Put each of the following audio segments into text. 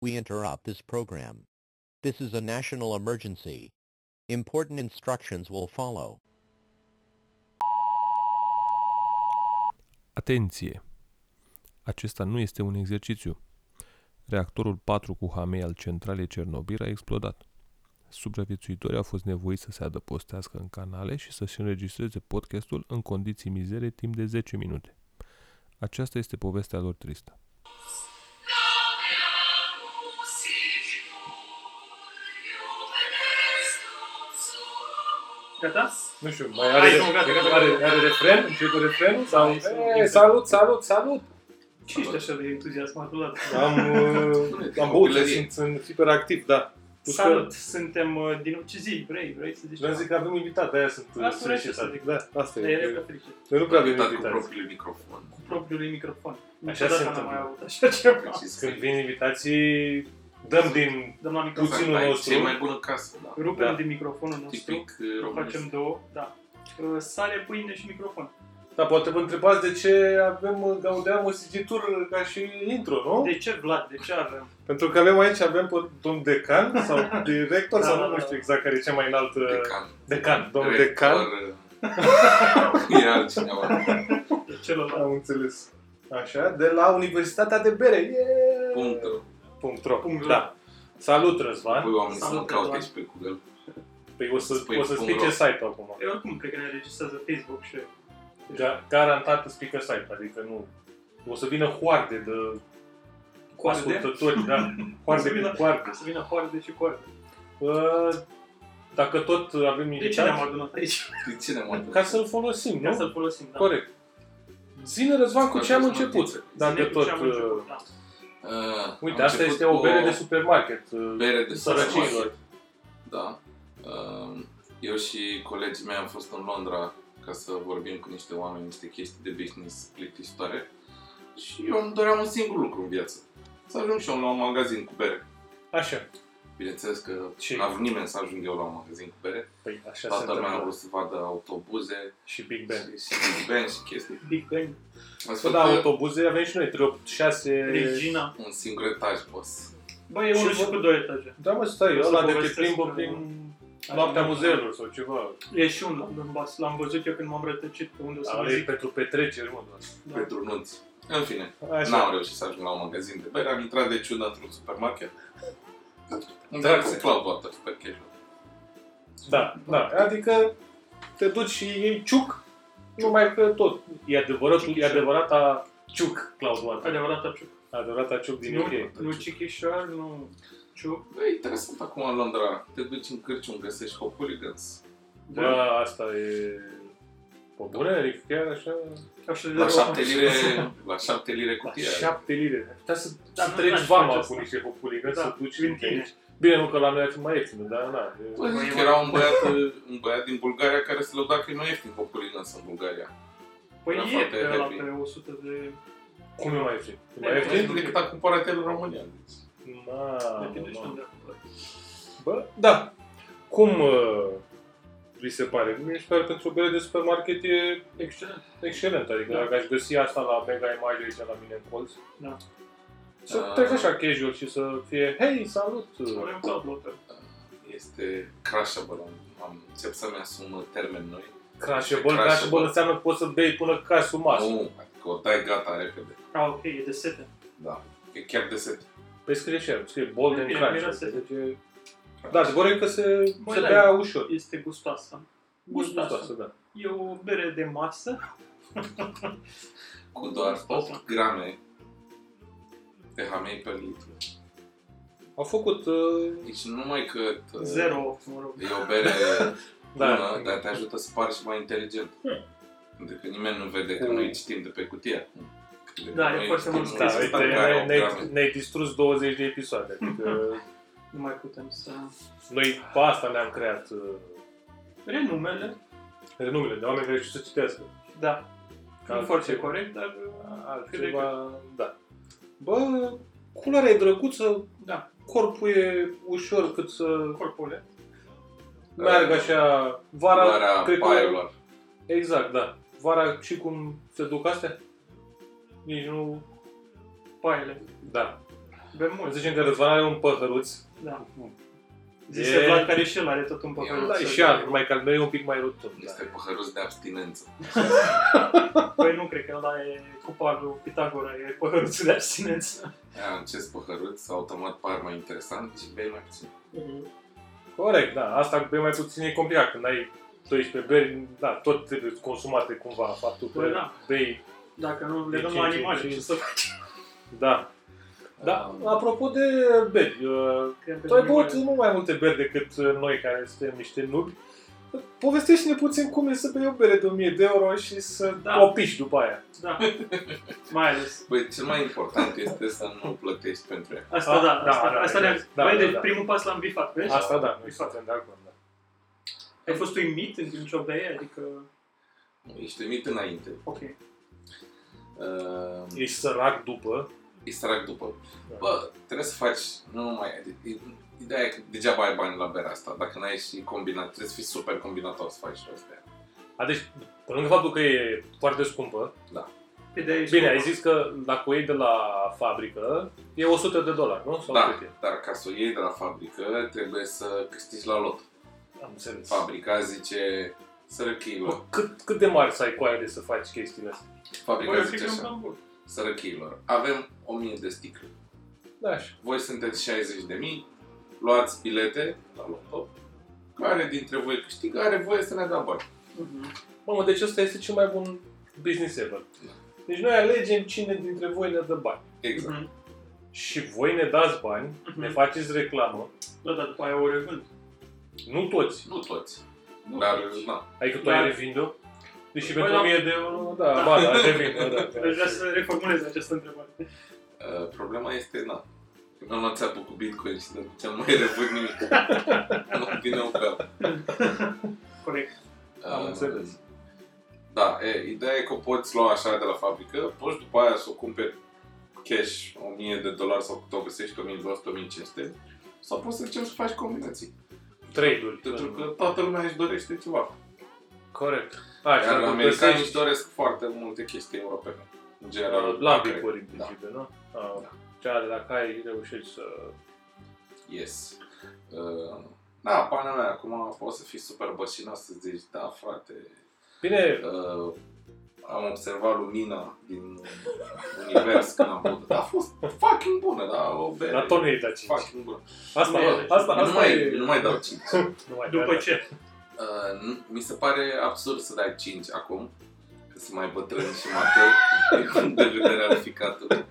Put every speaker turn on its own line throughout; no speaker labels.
We interrupt this program. This is a national emergency. Important instructions will follow.
Atenție! Acesta nu este un exercițiu. Reactorul 4 cu hamei al centralei Cernobil a explodat. Supraviețuitorii au fost nevoiți să se adăpostească în canale și să-și înregistreze podcastul în condiții mizere timp de 10 minute. Aceasta este povestea lor tristă.
Gata?
Nu știu, mai
Hai,
are,
nu, gata, gata,
are, are refren? Începe refrenul? Sau...
Hai, să-
Hey, salut, salut, salut!
Ce ești așa de entuziasmat ăla?
Am, uh, am băut,
Copilărie.
sunt, sunt hiperactiv, da. Tu
Salut! Suntem uh, din nou. Ce zi? Vrei? Vrei să zici
Vreau să zic că avem invitat, de-aia sunt
Asta
sunt
vreau și
excitat.
să zic.
Da, asta
Dar era
e.
prefericit.
Noi nu prea avem
Invitat cu
invitați.
propriul microfon.
Cu propriul lui microfon.
Așa se
Niciodată n-am
întâmplă.
mai avut așa ceva.
Da, Când vin invitații, dăm din...
Dăm la microfon.
Puținul
Asta e
nostru.
Cel mai bun în casă, da.
Rupem
Da.
din microfonul nostru.
Tipic
O
uh,
facem
românesc.
două. Da. Uh, Sare, pâine și microfon.
Da, poate vă întrebați de ce avem Gaudeam o sigitură ca și intro, nu?
De ce, Vlad? De ce avem?
Pentru că avem aici, avem pe domn decan sau director
Da, da,
sau
da.
nu, nu știu exact care e cea mai înaltă...
Decan.
Decan, domn
Rector,
decan.
uh, E altcineva.
De celălalt?
Am înțeles. Așa, de la Universitatea de Bere. Yeah!
Punct.
Punctro.
Punct ro.
Da. Salut, Răzvan.
Păi oamenii să
Salut,
nu caute
Răzvan.
și pe Google.
Păi o să,
Spui
o să
punct
spice
ro.
site-ul acum.
E oricum, cred că ne registrează Facebook și...
Ga- Garantat îți pică site-ul, adică nu... O să vină hoarde de
Coarde?
ascultători, da.
O să
Hoarde
vină-
cu hoarde.
O Să vină hoarde și coarde.
Uh, Dacă tot avem
De ce ne-am
invitați,
adunat aici?
De ce ne-am adus?
ca să-l folosim,
Ca
nu?
să-l folosim, da.
Corect. Zine, Răzvan, cu ce am început? Dacă
Ține cu
tot...
ce am început,
uh,
da.
Uh,
Uite,
am
asta
început
este
cu
o bere de supermarket. uh,
bere de
Sărăcinilor.
supermarket. Da. Uh, Eu și colegii mei am fost în Londra ca să vorbim cu niște oameni niște chestii de business plictisitoare și eu îmi doream un singur lucru în viață. Să ajung și eu la un magazin cu bere.
Așa.
Bineînțeles că
Ce?
n-a vrut nimeni să ajung eu la un magazin cu bere.
Păi așa se
Toată lumea a
întâmplă.
vrut să vadă autobuze
Și Big Ben.
și Big Ben și chestii.
Big Bang,
Să
Astfel
da,
că
autobuze avem și noi, 3, 8, 6...
Regina.
un singur etaj poți.
Bă, e unul
Și
și
vă-
cu două etaje.
Da, mă, stai,
O să
ăla de te
povestesc uh,
plimbă
că-
prin noaptea muzeelor sau ceva.
E și un London Bus. L-am văzut eu când m-am rătăcit pe unde o să mă
Ăla e
zic.
pentru petreceri, mă, doar.
Da.
pentru nunți. În fine, n-am
Așa.
reușit să ajung la un magazin de bere, am intrat de ciudă într-un supermarket.
Da,
Dar
cum?
cu club water, super casual.
Da, da. Adică te duci și iei ciuc, numai că tot. E adevărat, e adevărata ciuc, Cloud Water.
Adevărata ciuc.
Adevărata ciuc din
Nu,
UK.
nu Chichișor, nu ciuc.
E interesant acum în Londra. Te duci în Cârciun, găsești Hooligans.
Bă, Da, asta e... Pe bune, adică chiar așa...
Da, Așa de
La
rău. Da,
șapte lire, la șapte lire cutia.
Șapte lire. Putea să,
Dar
să
nu
treci
aș
vama
face
cu
asta.
niște populică,
Da,
să duci
în
în
tine. Păi-
aici. Bine, nu că la noi ar fi mai ieftin, dar na. e-
Bă, zic că
Mai-
era un băiat, un băiat din Bulgaria care se lăuda că nu e ieftin Hooligans în Bulgaria.
Da,
Era
Păi e
foarte
pe la
happy.
pe 100 de...
Cum e mai ieftin? E mai
E,
Mai
ieftin?
ieftin decât a cumpărat el în România.
Păi-
deci
Depinde și
Mamă,
unde.
Bă, da. Cum uh, vi se pare? Mi se pare că pentru o bere de supermarket e
Excelent.
excelent. Adică
Da.
dacă aș găsi asta la mega imagine aici la mine în colț,
Da.
să
Da.
treci așa casual și să fie, hei, salut! uh,
Avem cloud water.
Este crashable. Am, am încep să-mi asum termeni noi.
Crashable,
Crashable.
crashable înseamnă că poți să bei până ca masă.
Nu, adică o dai gata repede.
Ah, ok, e de sete.
Da. E chiar de set.
Păi scrie și el, scrie bold and
Bine,
crashable.
miroase.
Deci e- Da, se vorbe că se,
Băi,
se
da,
bea ușor.
Este gustoasă. gustoasă.
Gustoasă, da.
E o bere de masă.
Cu doar 8 grame de hamei pe litru.
Au făcut... Uh,
Deci nu numai că... tă-
Zero, mă rog.
E o bere
Da.
bună, dar te ajută să pari și mai inteligent.
Hmm.
Pentru că nimeni nu vede că
Cu-
noi citim de pe cutie.
Da, e foarte mult
da,
Este
uite, ne- ne-ai, ne-ai distrus 20 de episoade. Adică
Nu mai putem să...
noi pe asta ne-am creat uh,
Renumele,
renumele de oameni care știu să citească.
da.
Ca
Nu foarte uh,
altceva-
corect, dar... Cât de
Altceva, da. Bă, culoarea e drăguță,
Da.
corpul e ușor cât să
Corpule.
meargă așa Ă, vara.
Culoarea
cred că-
paielor.
Exact, da. Vara și cum se duc astea? Nici nu...
Paele.
Da.
Bem mult.
Zicem că Răzvan are un păhăruț.
Da.
E-
Zise Vlad care și el are tot un
Eu-
păcăluț.
Da, și al, numai că al meu e un pic mai rotund. Da.
Este păhăruț de abstinență.
Păi nu cred că ăla e cupa lui Pitagora, e păcăluțul de abstinență.
Aia, acest păhăruț automat par mai interesant și bei mai puțin.
Corect, da. Asta pe mai puțin e complicat. Când ai 12 beri, da, tot trebuie consumate cumva faptul că
Păi da.
bei.
Dacă nu, le
E
dăm
cinci,
la animale,
cinci.
ce să faci?
Da. Da,
Um,
apropo de beri, uh, tu ai băut mult mai multe beri decât uh, noi care suntem niște nubi. Povestește-ne puțin cum e să bei o bere de 1000 de euro și să
Da.
da. o piși după aia.
Da. Mai ales.
Băi, cel mai important este să nu plătești pentru ea.
Asta
Ah,
da,
da,
asta,
da,
asta
da,
ne-am
da,
Băi,
da,
deci
da.
primul pas l-am bifat, vezi?
Asta da, noi
Bifat.
suntem de acord. Da.
Ai fost uimit în timp ce o beai? Adică,
Ești uimit înainte.
ok.
Uh,
Ești sărac după.
extrag după.
Da.
Bă, trebuie să faci, nu numai, ideea e că degeaba ai bani la berea asta, dacă n-ai și combinat, trebuie să fii super combinator să faci și astea.
A, deci, pe lângă faptul că e foarte scumpă,
Pe Păi de aici,
bine, ai zis că dacă o iei de la fabrică, e 100 de dolari, nu? Sau
Da,
cât e?
dar ca să o iei de la fabrică, trebuie să câștigi la lot.
Am înțeles.
Fabrica zice, sărăchilor,
Bă, cât, cât de mari să ai coaie de să faci chestiile astea?
Bă, eu da.
fabrica
cred Păi că
zice
e un
așa,
plan bun.
sărăchilor, avem 1000 de sticle.
Da, așa.
Voi sunteți 60 de mii, luați bilete la loto, care dintre voi câștigă are voie să ne dea bani.
Mhm.
Mamă, deci ăsta este cel mai bun business ever. Deci noi alegem cine dintre voi ne dă bani.
Exact.
Mhm.
Și voi ne dați bani,
Mhm.
ne faceți reclamă,
Da, da, după aia o revând.
nu toți.
Nu toți,
Nu
dar
toți.
na,
Adică tu
Da.
ai revinde-o? Deci și
Păi
pentru
da.
1000 de euro, da, ba, da, revinde, da.
Aș
Deci
vrea să reformulez această întrebare.
Uh, problema este, na, când am luat țeapă cu Bitcoin și de ce mai revăd nimic. nu vine o beau.
Corect.
Am înțeles.
Da, e, ideea e că o poți lua așa de la fabrică, poți după aia să o cumperi cash 1000 de dolari sau cât o găsești 1200, 1500 sau poți să încerci să faci combinații.
Trade-uri.
Pentru că toată lumea își dorește ceva.
Corect. Așa,
Iar
cum
americanii își
găsești-
doresc foarte multe chestii europene. În general,
La
dacă-
bipuri, în
Da.
principiu, nu? Ah, Cea de la care reușești să...
Yes. Uh, da, pana mea, acum poți să fii super bășinat să zici, da, frate,
Bine,
uh, am observat lumina din univers când am putut. A fost fucking bună, dar o bere.
la tot nu e dat 5.
Fucking bună.
Asta,
Nu e.
asta,
nu,
asta
mai,
e...
nu mai dau 5.
Nu mai da,
După
dai,
ce?
Uh, nu- mi se pare absurd să dai 5 acum, că sunt mai bătrân și matur, din punct de vedere al ficatului.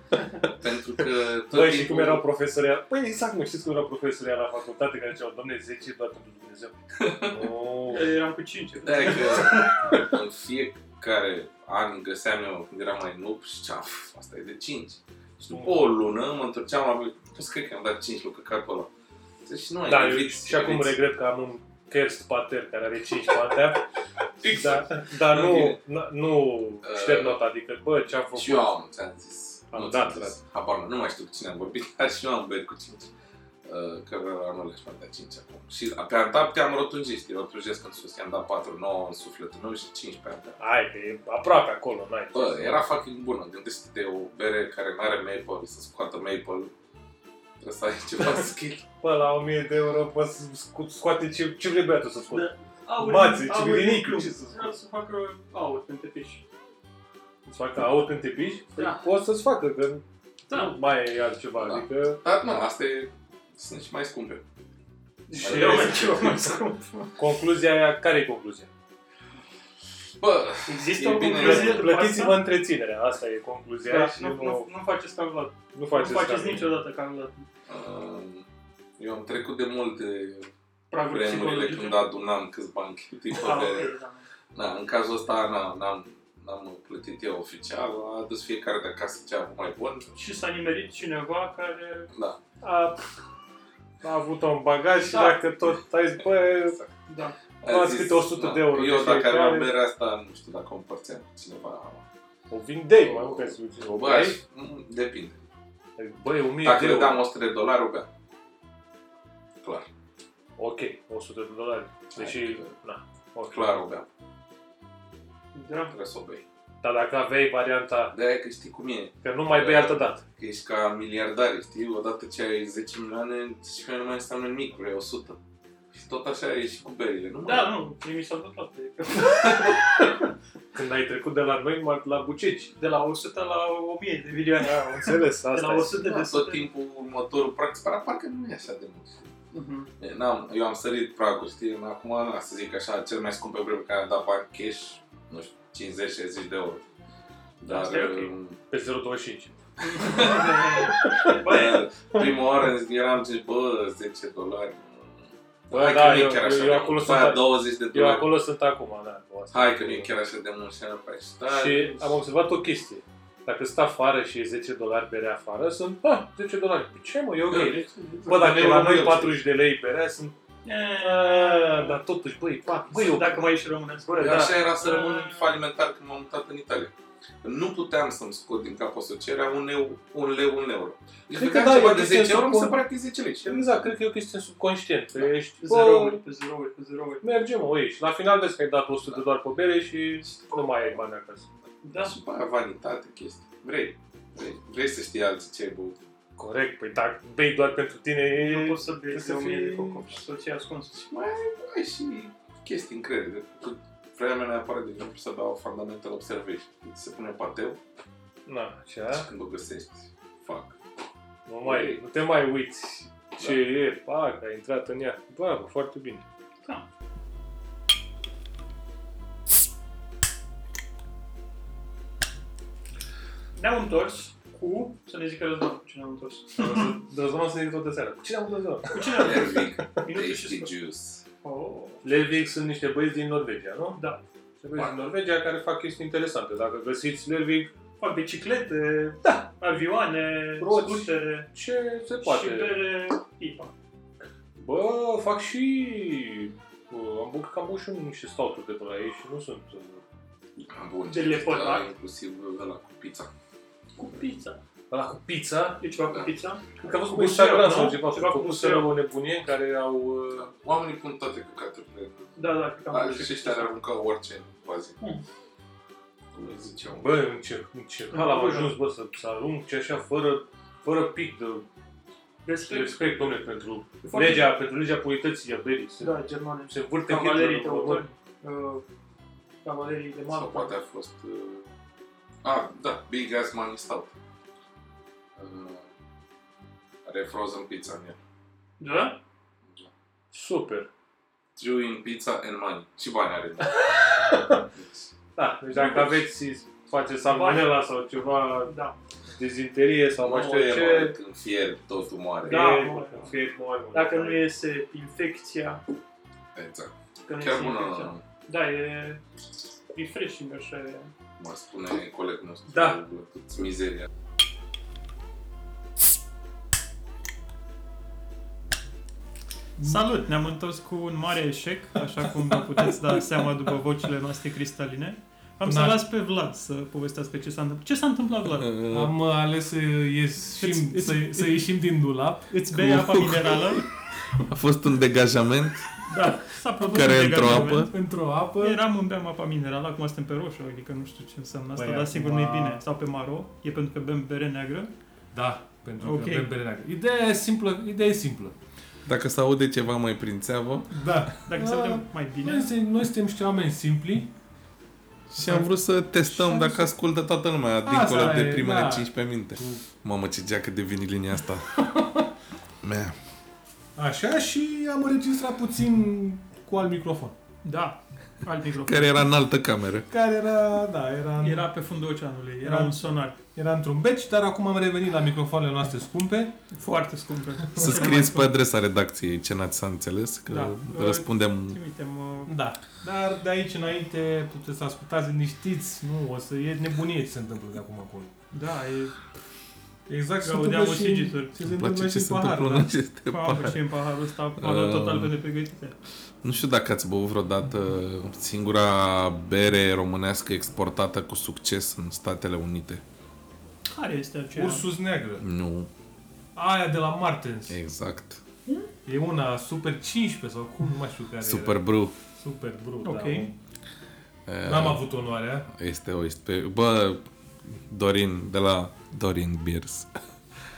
Pentru că tot
Băi, și
timpul-
cum erau profesorii ăia- Păi exact, mă, știți cum erau profesorii ăia la facultate care ziceau, domne, 10 e doar pentru Dumnezeu. Oh.
Eram cu 5.
Da, e că în fiecare an găseam eu când eram mai noob și ziceam, "Uf, asta e de 5. Și după o lună mă întorceam la voi, tu cred că am dat 5 lui căcatul ăla. Zice, și nu ai
Da, eu
eviți,
și acum
eviți."
regret că am un kerst pater care are 5 patea,
Exact.
dar, dar
Nu
nu,
bine.
n- nu șterg nota, adică, bă, ce-am făcut?
Și eu am, ți-am zis.
Am
Nu
dat,
ți-am zis. Habar nu, nu mai știu cu cine am vorbit, dar și eu am băiat cu 5. Uh, că vreau anul și de 5 acum. Și pe a dat te-am rotunjit, te rotunjesc în sus, i-am dat 4, 9 în sufletul meu și 5 pe a dat.
Hai, că e aproape acolo, n-ai.
Bă, era fucking bună. Gândește-te o bere care nu are maple, să scoată maple. Trebuie să ai ceva skill.
Bă, la 1000 de euro poți să scu- scoate ce, ce vrei băiatul să scoate.
Da. Aur,
Mațe, ce
aur,
bine,
club.
ce să-
Vreau să facă aur când te piși.
Îți facă aur când te piși? Păi,
Da.
Poți să-ți facă, că nu
Da.
mai e altceva,
Da.
adică
Dar nu, asta e... Sunt și mai scumpe.
Și
Și eu mai ceva mai scump.
concluzia aia, care e concluzia?
Bă,
Există
E
o
bine.
concluzie după
Plătiți-vă
asta?
întreținerea, asta e concluzia
Da,
da. și
nu, nu, nu faceți ca Vlad.
nu
Nu
faceți,
faceți
ca-
niciodată ca Vlad.
um, eu am trecut de multe
Praguri
vremurile
psihologice.
când adunam câți bani cheltui pe
Ah,
bere.
ok, da.
Na, în cazul ăsta na, n-am, n-am plătit eu oficial, a adus fiecare de acasă ce a avut mai bun.
Și s-a nimerit cineva care...
Da,
a, a avut un bagaj și
Da.
dacă tot ai zis, bă,
exact.
Da.
A
Luați
zis,
câte 100
na,
de euro deci de
Eu dacă
fiecare.
aveam berea asta, nu știu dacă o împărțeam cu cineva.
o vindei, mai mult ca să zici, o
Bă, aș,
băi.
mm, depinde.
Băi, 1000
Dacă
de
le
euro.
dam 100 de dolari, o bea. Clar.
Ok, 100 de dolari. Deși,
Hai că-
na, ok.
Clar o bea.
Da.
Trebuie să o bei.
Dar dacă aveai varianta,
De-aia că știi cum e.
că nu mai bei altă dată.
Că ești ca miliardari, știi? Odată ce ai 10 milioane, 10 milioane nu mai înseamnă nimic, vrei 100. Și tot așa e și cu berile, nu?
Da, nu, mie mi s-a întâmplat.
Când ai trecut de la noi mă- la bucici.
De la 100 la 1000 de milioane.
Da, am înțeles,
De
asta
la
e.
100 de
Da, tot
100.
timpul următorul prag, spera, parcă nu e așa de mult.
Mhm.
E, N-am, eu am sărit pragul, știi? Acum, na, să zic așa, cel mai scump pe vreme care am dat bani cash, nu știu, 50-60 de euro. Dar,
Asta e ok.
um,
Pe 0,25.
Bă,
Bă, prima oară eram zic, bă, 10 dolari.
Bă,
Hai
da,
că nu e
eu-
chiar
eu-
așa
eu
de
acolo
mult.
sunt-
Aia 20 de
Eu
dolari.
acolo sunt acum, da. cu asta.
Hai că nu e chiar așa de mult și am pe
Și am observat o chestie. Dacă stă afară și e 10 dolari berea afară, sunt, bă, 10 dolari. Păi Ce mă, e ok. Bă, dacă e la noi 40 de lei berea, sunt, "A, dar totuși, băi, pa, băi,
Băi,
eu,
dacă mai ești românesc, bă,
Eu
da.
Păi așa era să rămân falimentar când m-am mutat în Italia. Nu puteam să-mi scot din cap o sociere un leu, un leu, un euro. Deci
Cred
cred
că
că
da, e
ceva
o
de
chestie
10 euro, mi se
subcon-
pare că e 10 lei. Și
Exact, cred că e o chestie subconștientă. Ești, bă,
Zerouri, pe zerouri, pe zerouri.
mergem, mă, ești. La final vezi că ai dat 100 de dolari pe bere și nu mai ai bani acasă.
Da,
și după aia vanitate, chestii. Vrei. Vrei, vrei să știi alții ce ai băut.
Corect, păi dacă bei doar pentru tine e...
eu pot să bei
Trebuie să
de 1000 de
fii-
cocop și să o ții ascuns.
Mai ai și chestii încredere. Cu vremea mea apare, de exemplu, să beau Fundamental Observation. Îți se pune pateu
Na,
Da.
și
așa,
când o găsești, fac.
nu, mai, nu te mai uiți ce e, pac, ai intrat în ea. Bravo, foarte bine.
Da. Ne-am întors cu, să ne zică Răzvan, cu cine am întors.
Răzvan să ne tot de seara. Cu cine am Răzvan?
Cu cine am întors?
Lervic,
Minute și
Tasty
sfert.
Juice.
Oh,
Levig sunt niște băieți din Norvegia, nu?
Da.
Niște băieți din Norvegia care fac chestii interesante. Dacă găsiți Levig,
Fac biciclete, da. avioane,
Roți.
scutere
ce se
și
poate.
bere pipa.
Bă, fac și... Bă, am bucat că am băut și eu niște stouturi de pe la ei și nu sunt... uh,
Bun,
De lepădat.
da, inclusiv de la cu pizza.
Cu pizza.
Ăla cu pizza?
E ceva cu
Da.
pizza?
Cred că am văzut
Cu
pe Instagram
busuioc,
sau
nu?
ceva.
Ceva
Ceva
cu
cu
busuioc.
o nebunie în care au... uh,
Da. Oamenii pun toate căcaturile.
Da, da, cred că am
Da,
văzut
și
și
ăștia le
pizza.
aruncau orice, quasi.
Mm.
Cum îi ziceau.
Bă, în ce, în ce hal am ajuns, bă, să, să arunc și așa, fără, fără pic de
Respect.
respect, domne, pentru
Foarte-
legea, pentru legea purității a berii. Se,
Da, germane.
se vârte
Cavalerii
Hitler în urmă.
teutoni. uh, Cavalerii de
Sau
mare.
poate a fost... Uh... Ah, da, Big Ass Money Stout. Uh, Are frozen pizza în el.
Da?
Super.
Drew in pizza and money. Și bani are.
Da, deci dacă aveți, faceți salmonella sau ceva,
Da.
dezinterie sau mai știu eu
e, mă,
ce,
Când fier, totul moare.
Da.
e-
mă.
fie cum ai, mă.
Dacă nu iese infecția,
Exact.
că nu
Chiar
iese infecția.
bună,
Da, e refreshing așa e.
mă spune colegul nostru.
Da.
Toți mizeria.
Salut! Ne-am întors cu un mare eșec, așa cum vă puteți da seama după vocile noastre cristaline. Am să
Da.
N-ar-
las pe Vlad să povestească ce s-a întâmplat. Ce s-a întâmplat, Vlad?
Am uh, ales să ieșim,
Îți-
să,
îți-
să ieșim din dulap.
Îți bei apa minerală?
A fost un degajament
Da, s-a produs
Care
un
e într-o
degajament.
apă?
Într-o apă.
Eram în beam apa minerală, acum suntem pe roșu, adică nu știu ce înseamnă asta,
Păi,
dar sigur
acum-
nu e bine. Sau pe maro, e pentru că bem bere neagră.
Da, pentru
Ok.
că bem bere neagră. Ideea e simplă. Ideea e simplă.
Dacă se aude ceva mai prin țeavă
Da.
Dacă se
Da.
vedem mai
Noi,
bine,
suntem- noi suntem niște oameni simpli.
și am vrut să
Și
testăm
am
dacă
zis-
ascultă toată lumea,
Asta
dincolo de
e,
primele
da.
15 minute. Mamă, ce geacă de vinilinia asta. Mea.
Așa și am înregistrat puțin cu alt microfon.
da, alt microfon.
Care era în altă cameră.
Care era, da, era, era...
Era pe fundul oceanului, era
Era-
un sonar
era într-un beci, dar acum am revenit la microfoanele noastre scumpe.
foarte scump.
Să scrieți pe adresa redacției ce n-ați s-a înțeles, că
Da.
răspundem...
Trimitem uh,
Da. Dar de aici înainte puteți să ascultați liniștiți. Nu, o să e nebunie ce se întâmplă de acum acolo.
Da, e
Exact,
Că audeam un sigitur.
ce se
Îmi place
întâmplă și
ce
în
se
pahar,
întâmplă în
da.
aceste
Mamă,
pahare.
și în paharul ăsta pahar
Uh,
total pe nepregătite.
Nu știu dacă ați băut vreodată singura bere românească exportată cu succes în Statele Unite.
Care este aceea?
Ursus neagră.
Nu,
Aia de la Martens.
exact.
E una super 15 sau cum, nu mai știu care
Super
era.
Brew.
Super brut,
Ok.
E,
da. N-am avut onoarea.
Este o ispe... Bă, Dorin, de la Dorin Beers.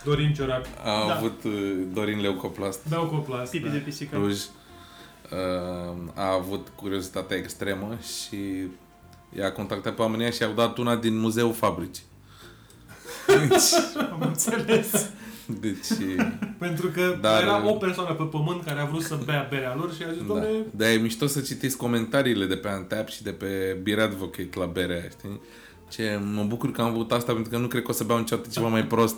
Dorin Ciorap.
A
Da.
avut uh, Dorin Leucoplast
Beau cu plas.
Pipi de pisică.
Cluj. Uh, A avut curiozitatea extremă și i-a contactat pe oamenii ăia și i-au dat una din Muzeul Fabrici.
Am înțeles.
Deci,
Pentru că
Dar- uh,
Dar, era o persoană pe pământ care a vrut să bea berea lor și a zis, da.
da.
domne,
Dar e mișto să citiți comentariile de pe Antap și de pe Beer Advocate la berea, aia, știi? Ce, mă bucur că am avut asta pentru că nu cred că o să beau niciodată ceva mai prost.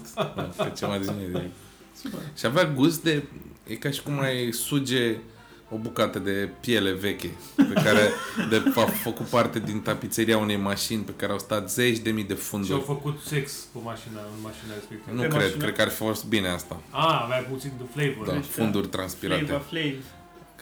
Pe ceva de genul ăsta. Și avea gust de... E ca și cum ai suge o bucată de piele veche pe care de, a făcut parte din tapiseria unei mașini pe care au stat zeci de mii de
și au
funduri.
făcut sex cu mașina, în mașina
Da.
respectivă.
Nu
pe
cred,
mașină.
cred că ar fi fost bine asta.
A, avea puțin de flavor.
Da,
Da.
Deci, da.
funduri
Flava
transpirate
Flav.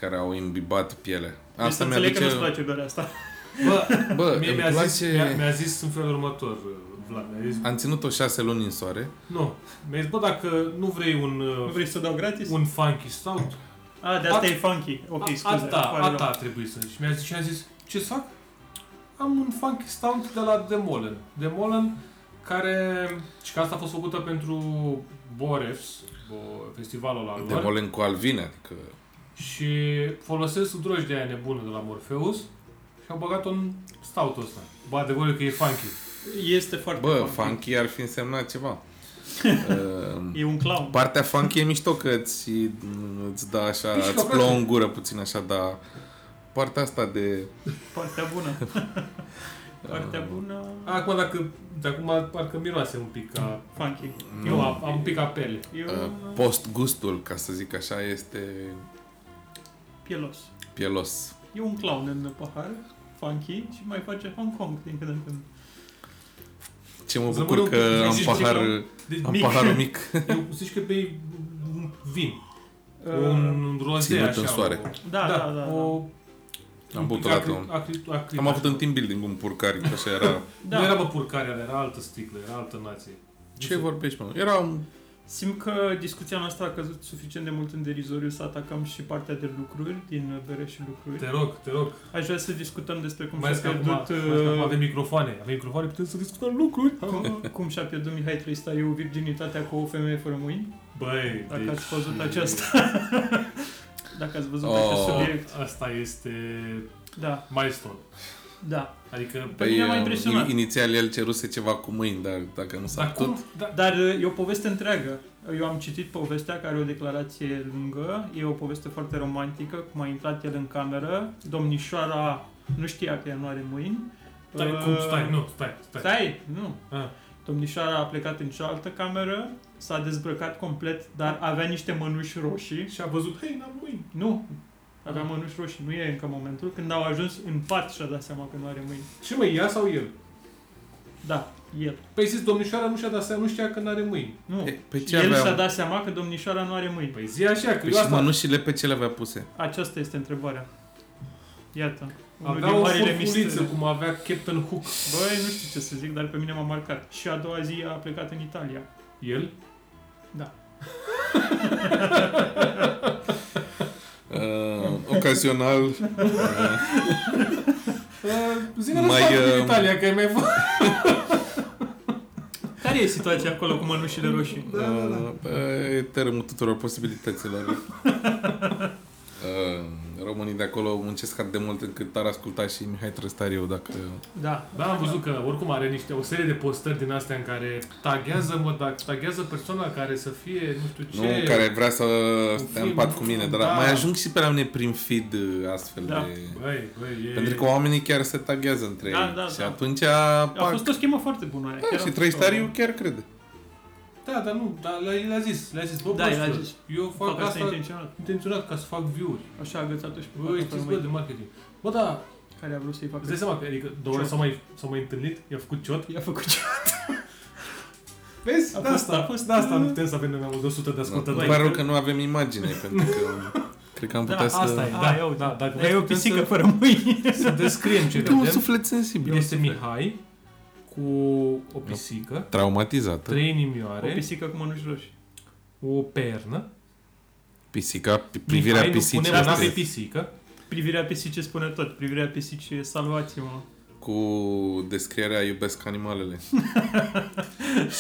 care au imbibat pielea.
Deci să
Asta
înțeleg că
mi-aduce...
nu-ți place berea asta.
Deci, Bă,
Bă,
mie
îmi
mi-a, zis,
place...
mi-a, mi-a zis în felul următor, uh, Vlad, mi-a zis,
Am ținut-o șase luni în soare.
nu, mi-a zis, bă, dacă nu vrei un,
Nu
uh,
vrei să dau gratis?
un funky stout,
A, de asta
At-
e funky. Ok,
a-
scuze.
asta,
îmi pare rău.
asta a trebuit să Și mi-a zis, și a zis, ce să fac? Am un funky stout de la Demolen. Demolen, care, și că asta a fost făcută pentru Borefs, bo- festivalul ăla
De
lor.
volen cu alvine, adică...
Și folosesc drogi de aia nebună de la Morpheus și au băgat-o în stoutul ăsta. Bă, adevărul e că e funky.
Este foarte
Bă,
funky.
funky ar fi însemnat ceva. Uh,
E un clown.
Partea funky e mișto că ți, îți da așa,
Păi și
îți
că
plouă
place.
în gură puțin așa, dar partea asta de...
Partea bună. Partea bună...
Acum, dacă, de acum parcă miroase un pic ca...
Funky.
Nu, am, am un pic ca pele.
E
Uh,
Ehm.
un
post-gustul, ca să zic așa, este
pielos.
pielos.
E un clown în pahar, funky, și mai face Hong Kong din când în când.
Ce mă
Să
bucur
mănânc,
că am
zici,
pahar,
Deci
am
mic.
paharul mic.
Eu zici că bei un vin.
Uh,
un roze
ținut
așa.
în soare.
O,
Da, da, da. da.
O,
Am băut odată un-
odată.
Am avut în team building un purcari, că așa era...
Da.
da.
Nu era bă purcarea, era altă sticlă, era altă nație.
Ce vorbești, mă? Era un...
Păi,
Simt că discuția noastră a căzut suficient de mult în derizoriu să atacăm și partea de lucruri, din bere și lucruri.
Te rog, te rog.
Aș vrea să discutăm despre cum
Da. Mai
și-a
ales că acum, mai
pierdut...
ales că acum
uh,
avem microfoane. Avem microfoane, putem să discutăm lucruri.
cum, cum și-a pierdut Mihai Tristaiu virginitatea cu o femeie fără mâini?
Băi,
Dacă
deci-
ați văzut aceasta. Dacă ați văzut
Oh.
acest subiect.
Asta este
Da,
milestone.
da.
Adică,
Pe mine m-a
um,
impresionat.
in- inițial el ceruse ceva cu mâini, dar dacă nu s-a
dar
putut...
cum? Da,
Dar uh, e o poveste întreagă. Eu am citit povestea care are o declarație lungă, e o poveste foarte romantică, cum a intrat el în cameră, domnișoara nu știa că ea nu are mâini.
stai,
Uh,
cum stai? Nu, stai, stai.
Stai, nu.
Ah.
Domnișoara a plecat în cealaltă cameră, s-a dezbrăcat complet, dar avea niște mănuși roșii.
Și a văzut, hei, n-am mâini.
Nu,
Ah.
avea mănuși roșii, nu e încă momentul. Când au ajuns în pat și-a dat seama că nu are mâini.
Ce mă, ea sau el?
Da, el.
Păi zis, domnișoara nu și-a dat seama, nu știa că n-are mâini.
Nu.
E, Pe ce
el și-a
avea...
dat seama că domnișoara nu are mâini.
Păi zi așa, că
Păi
eu
și
asta...
mănușile pe ce le avea puse?
Aceasta este întrebarea. Iată. Unul
Avea
din
o
marile
furculiță,
misteri.
cum avea Captain Hook.
Băi, nu știu ce să zic, dar pe mine m-a marcat. Și a doua zi a plecat în Italia.
El?
Uh, ocazional... Uh,
Zine
Mai,
mai
uh,
din Italia, că ai mai văzut.
Care e situația acolo cu mănușile roșii?
uh, uh, tărâmul tuturor posibilităților. Uh, românii de acolo muncesc atât de mult încât ar asculta și Mihai Trăstariu dacă...
Da.
Da, am văzut că oricum are niște o serie de postări din astea în care taghează, mă, dacă taghează persoana care să fie, nu știu
Nu,
ce...
care vrea să
Un
stea în
film,
pat cu mine, dar
da.
mai ajung și pe la mine prin feed uh, astfel
Da.
de...
Băi, băi, e...
Pentru că oamenii chiar se taghează între
Da,
ei.
da,
și
da.
atunci
A
pac,
fost o schemă foarte bună aia.
Da,
Chiar a
și
fost
trei
o-
stariu chiar crede.
Da, dar nu, dar le- le-a zis, le-a zis, bă,
Da,
prostilor,
i-a zis.
eu fac,
Fac asta
asta
intenționat.
intenționat ca să fac view-uri.
Așa a agățat-o și pe
Bă,
fata
știți,
lui
bă, de marketing. Bă, da,
Care a vrut să-i facă.
îți dai seama că, adică, două ori
Ciot.
s-au mai, s-au mai întâlnit, i-a făcut ciot.
I-a făcut ce?
Vezi?
A
de
fost-
asta,
a fost-
de Da, asta nu putem să avem noi mai mult de 100 de
Da,
ascultători.
îmi pare rău că nu avem imagine, pentru că cred că am
Da,
putea să...
Asta e,
A,
da,
ia uite.
da, dacă
Dar e o
putem
pisică
să,
fără mâini.
să descriem ce
E un
vedem.
suflet sensibil.
Este Mihai cu o
Da.
pisică,
Traumatizată.
trei
O
inimioare,
pisică cu mănuși roșii.
o pernă.
Pisica, pi- privirea
Mihai nu
pisicii.
Pune mâna pe
este
pisică.
Privirea pisicii spune tot. Privirea pisicii e salvație, mă.
Cu descrierea iubesc animalele.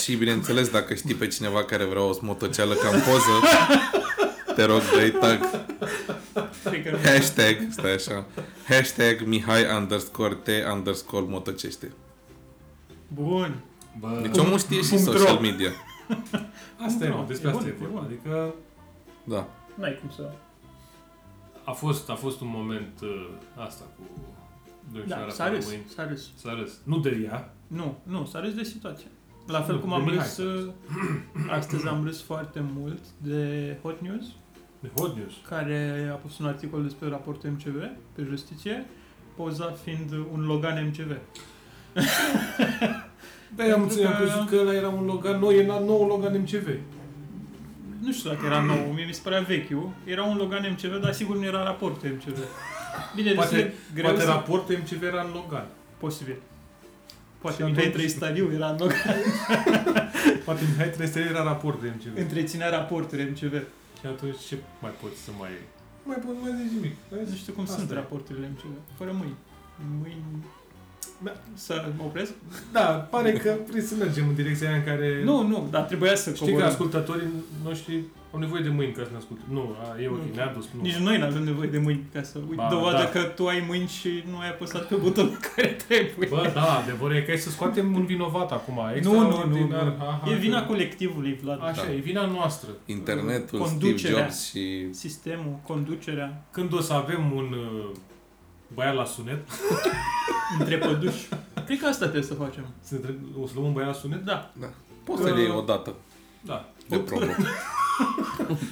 și bineînțeles, dacă știi pe cineva care vrea o motoceală ca în poză, te rog, dă tag.
Cred că
Hashtag, stai așa. Hashtag Mihai underscore T underscore motocește.
Bun.
Bă,
Deci omul știe și
Punct
social
ro.
media.
Asta e, mă, despre
E
asta e
bun, e
vorba.
bun.
Adică
Da.
N-ai cum să...
a fost, a fost un moment uh, asta cu
Da,
domnișoara
s-a
pe
râs.
mâini.
S-a râs.
S-a râs. Nu de ea.
Nu, nu, s-a râs de situație. La fel
Nu,
cum
de
am
Mihai
râs...
s-a râs.
uh, Astăzi am râs foarte mult de Hot News.
De hot news.
care a pus un articol despre raportul MCV pe justiție, poza fiind un Logan MCV.
Da, am
Pentru
înțeles, am
că-
crezut că ăla era un Logan nou, era nou Logan MCV.
Nu știu dacă era nou, mie mi se părea vechiul. Era un Logan MCV, dar sigur nu era raportul MCV. Bine,
Poate-
poate, greu
Poate
să...
raportul MCV era în Logan.
Posibil. Poate
Și
Mihai
atunci-
Trăistariu era în Logan.
Poate Mihai Trăstere era raport de MCV.
Întreținea raportul MCV.
Și atunci ce mai poți să mai... Mai poți mai zici nimic.
Nu știu cum
Asta
sunt
e.
raporturile MCV. Fără mâini. Mâini...
Da.
Să mă opresc?
Da, pare că trebuie să mergem în direcția aia în care...
Nu, nu, dar trebuia să
Știi că
coborăm.
ascultătorii noștri au nevoie de mâini ca să ne asculte. Nu, a, e ok,
Nu.
ne-a dus. Nu.
Nici noi nu avem nevoie de mâini ca să uite
Ba,
dovadă
da.
că tu ai mâini și nu ai apăsat pe butonul care trebuie.
Bă, da, adevărul e că e să scoatem un vinovat acum.
nu, nu, nu,
extraordinar.
nu.
Aha,
E vina
că-
colectivului, Vlad.
Așa,
Da.
e vina noastră.
Internetul, Steve
Conducerea.
Jobs și...
Sistemul, conducerea,
Când o să avem un uh, băiat la sunet,
între păduși. Cred că asta trebuie să facem.
să ne trec- o să luăm un băiat la sunet? Da.
Poți să-l
Că-
iei odată
Da.
de probă.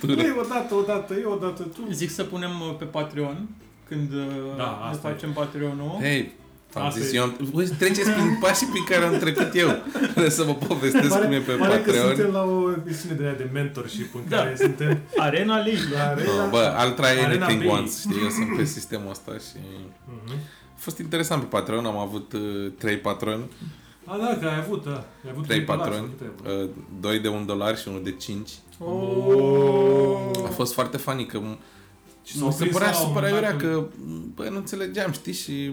Nu e odată, odată, e odată, tu.
Zic să punem uh, pe Patreon, când uh,
Da,
ne
asta e.
facem Patreon-ul.
Hei, am
Asta
zis,
e.
eu am... Voi treceți prin pașii prin care am trecut eu. Trebuie să vă povestesc cum e pe
pare că
Patreon.
suntem la o emisiune de aia de mentorship în
Da.
care suntem
Arena League.
la arena.
No, Da, bă, I'll try
Arena
anything
Bay.
once, știi, eu sunt pe sistemul ăsta și...
Mhm.
A fost interesant pe Patreon, am avut uh, trei patroni,
A, da, că ai avut, da. Ai avut
trei
un dolar sau
patroni,
cât ai avut?
uh, doi de un dolar și unul de cinci.
Oh.
A fost foarte funny că m-
Și
mi se părea super aiurea
că...
că bă, nu înțelegeam, știi, și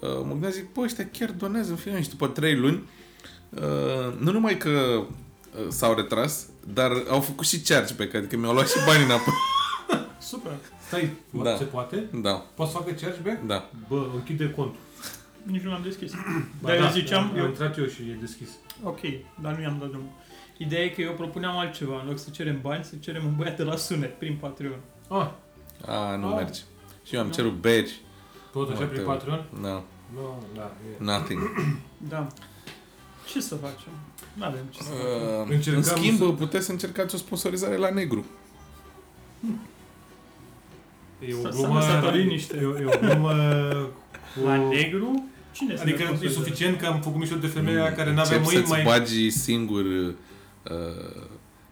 uh, mă gândeam, zic, bă, ăștia chiar donează în final și după trei luni, uh, nu numai că uh, s-au retras, dar au făcut și chargeback, adică mi-au luat și banii înapoi.
Super.
Stai,
Da.
se poate?
Da,
Poți să facă chargeback?
da.
Bă, închide contul.
Nici nu l-am deschis.
Ba
Dar eu
da,
ziceam,
am
eu
intrat eu și e deschis.
Ok, dar nu i-am dat drumul. Ideea e că eu propuneam altceva. În loc să cerem bani, să cerem un băiat de la sunet prin Patreon.
Ah,
A, nu
Ah.
merge. Și eu am
Nu.
cerut beri.
tot așa
Foarte
prin
bun.
Patreon?
No,
Nu, da, e.
nothing.
Da. Ce să facem? Nu avem ce să facem.
Uh, în
Încercăm
schimb,
să-
puteți să încercați o sponsorizare la negru.
E o
S-a- s-a
glumă...
lăsat o liniște.
E, o- e o glumă... Cu...
La negru? Cine să
Adică
ne
e
sponsorizeze?
suficient că am făcut mișto de femeia care n-avea
Mm, Încep
mâini
să-ți
mai...
bagi singur uh,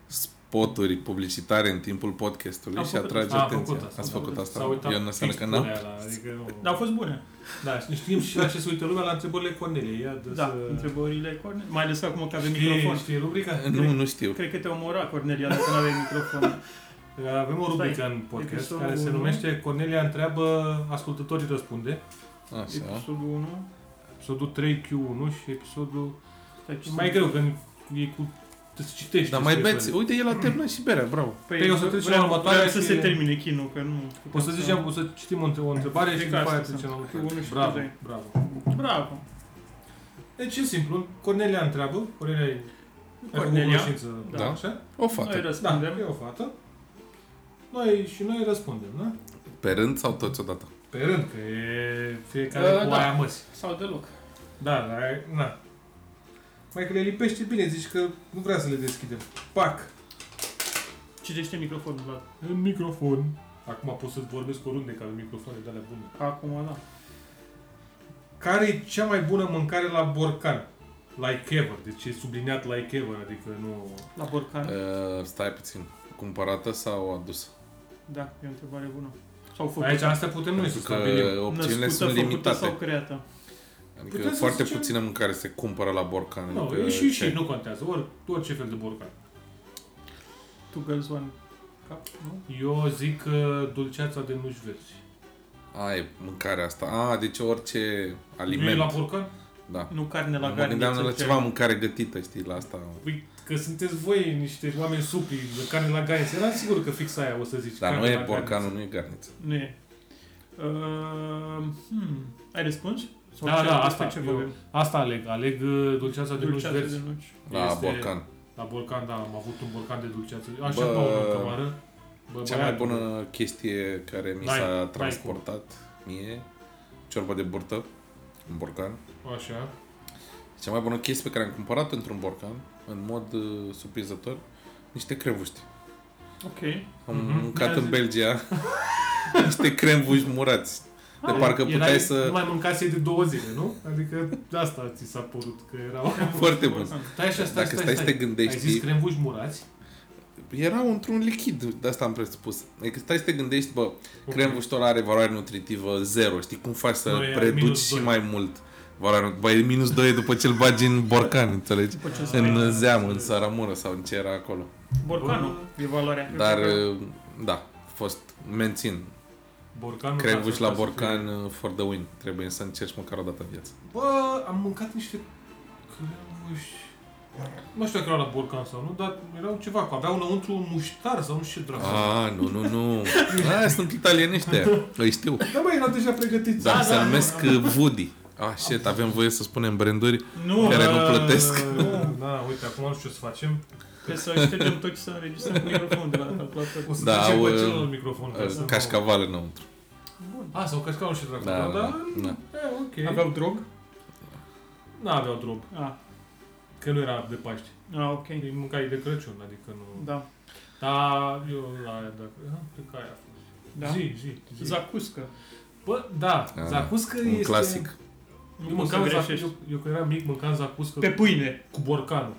spoturi publicitare în timpul podcastului
Am
și
făcut-
atrage
A, a
atenția.
făcut asta,
Ați
da.
făcut asta?
S-a uitat
Eu nu înseamnă
fix
că n-am.
pe aia la- adică nu-
Dar au fost bune.
Da, și știm și la ce se uită lumea la întrebările Cornelie. Ia uh, de
Da,
să...
întrebările Cornelia. Mai ales acum că avem
Știi-
microfon.
Știi rubrica?
Nu, nu știu.
Cred că te omora, Cornelia, dacă nu aveai microfon.
Avem o rubrică
Stai,
în podcast
episodul
care se
unu.
numește Cornelia întreabă, ascultătorii răspunde.
Așa. da.
Episodul 1.
Episodul 3Q1 și episodul...
Stai, ce
E mai
să-
greu, când e cu... Trebuie să citești.
Dar mai
ce scrie
beți.
pe-
Uite, el a terminat și berea, bravo.
Păi o să trecem la
vreau-
următoarea
vreau să
și-
se termine chinul, că nu...
O să zicem, o să citim o între- o întrebare
Cred
și
că
după aia
asta
trecem la
sunt.
următoare.
Unu și
Bravo,
trei.
bravo.
Bravo.
Deci e simplu, Cornelia întreabă, Cornelia e
Cornelia.
cunoștință, da.
Da.
așa?
O
Noi
fată.
răspundem.
Da, e o fată. Noi și noi răspundem, da?
Pe rând sau toți odată?
Pe rând, că e fiecare
Da,
cu
da.
aia măsi.
Sau deloc.
Da, da, e- na. Mai că le lipește bine, zici că nu vrea să le deschidem. Pac!
Citește microfonul, Vlad.
În microfon. Acum pot să-ți vorbesc oriunde că avem microfoane de alea bune.
Acum, da.
Care e cea mai bună mâncare la borcan? Like ever, deci e subliniat like ever, adică nu...
La borcan?
Uh, stai puțin. Cumpărată sau adusă?
Da, e o întrebare bună. Sau făcută.
Aici asta putem noi să
Pentru că
stabilim.
opțiunile sunt
făcută sau
limitate.
creată.
Adică
Putem să
foarte
zicem-
puțină mâncare se cumpără la borcan.
Nu,
adică
e și și,
ce?
nu contează. Or, orice fel de borcan.
Two girls, one cup, nu?
Eu zic că dulceața de nuci verzi.
A, e mâncarea asta. A, deci orice
Nu e
aliment.
la borcan?
Da.
Nu carne la
mă
garniță.
gândeam la
ce-
ceva mâncare gătită, știi, la asta.
Păi că sunteți voi niște oameni supli de carne la garniță. Eram sigur că fix aia o să zici.
Dar
carne
nu
la
e
garniță.
borcanul, nu e garniță.
Nu e. Uh, hmm. Ai răspuns? Sau
Da,
ce-
da,
despre
asta.
Ce
eu-
vorbim?
Asta aleg. Aleg uh, dulceața de nuci
Dulceață de
verzi.
nuci.
La
Este-
borcan.
La borcan, da, am avut un borcan de dulceață. Așa
Bă,
Bă... o cămară. Bă,
Cea mai
băiatul.
bună chestie care mi
N-ai-
s-a
n-ai
transportat mie, ciorba de burtă, în borcan.
Așa.
Cea mai bună chestie pe care am cumpărat într-un borcan, în mod uh, surprinzător, niște crevuști.
Ok.
Am
Mhm.
mâncat
Mi-a
în
zis.
Belgia niște cremvuși murați. De parcă puteai
Erai-
să...
Nu mai mâncase de două zile, nu? Adică asta ți s-a părut că erau...
Foarte bun.
Stai așa, stai,
Dacă
stai,
stai să te
Ai
gândești,
zis
știi?
crembuși murați?
Erau într-un lichid, de asta am presupus. Adică stai să te gândești, bă, cremvuștul ăla are valoare nutritivă zero. Știi cum faci să
Nu, e
reduci
minus
și
doi.
mai mult? Valoare, bă, e minus 2 după ce îl bagi în borcan, înțelegi?
După ce o să
În
vezi.
uh, zeamă, în saramură sau în ce era acolo.
Borcanul e valoarea.
Dar, uh, da, a fost, mențin.
Borcanul
Cremvuș
casă,
la
casă,
borcan uh, for the win. Trebuie să încerci măcar o dată în viață.
Bă, am mâncat niște crembuși... Nu știu dacă erau la borcan sau nu, dar erau ceva, că aveau înăuntru un muștar sau nu știu ce dracu.
Ah, nu, nu, nu. Aia sunt italienești aia. Îi știu.
Da, bă, erau deja pregătiți. Ah,
Dar se numesc uh, Woody. Ah, shit, avem voie să spunem branduri.
Nu,
uh, care nu
Ah,
plătesc.
Da, uite, acum nu știu ce să facem.
trebuie să ștergem tot și să înregistrăm cu microfonul de la calculator.
O să
Da,
da, trecem pe
au,
celălalt microfon. ca să-
Uh, Cașcaval înăuntru.
A, sau cașcaval și dracu.
Da,
Da,
da,
da.
da.
E, ok.
Aveau drog?
N-aveau drob,
A,
că nu era de Paște.
a ok.
Îi mâncai de Crăciun, adică nu... Da,
Da,
eu la aia, dacă... Ah, Cred că aia a fost.
da.
Zi, zi, zi.
Zacuscă.
Bă, da,
Ah,
zacuscă
Un
este...
clasic.
Eu,
Nu poți să
mâncam zac...
greșești.
eu, eu când eram mic mâncam zacuscă
Pe pâine.
cu borcanul.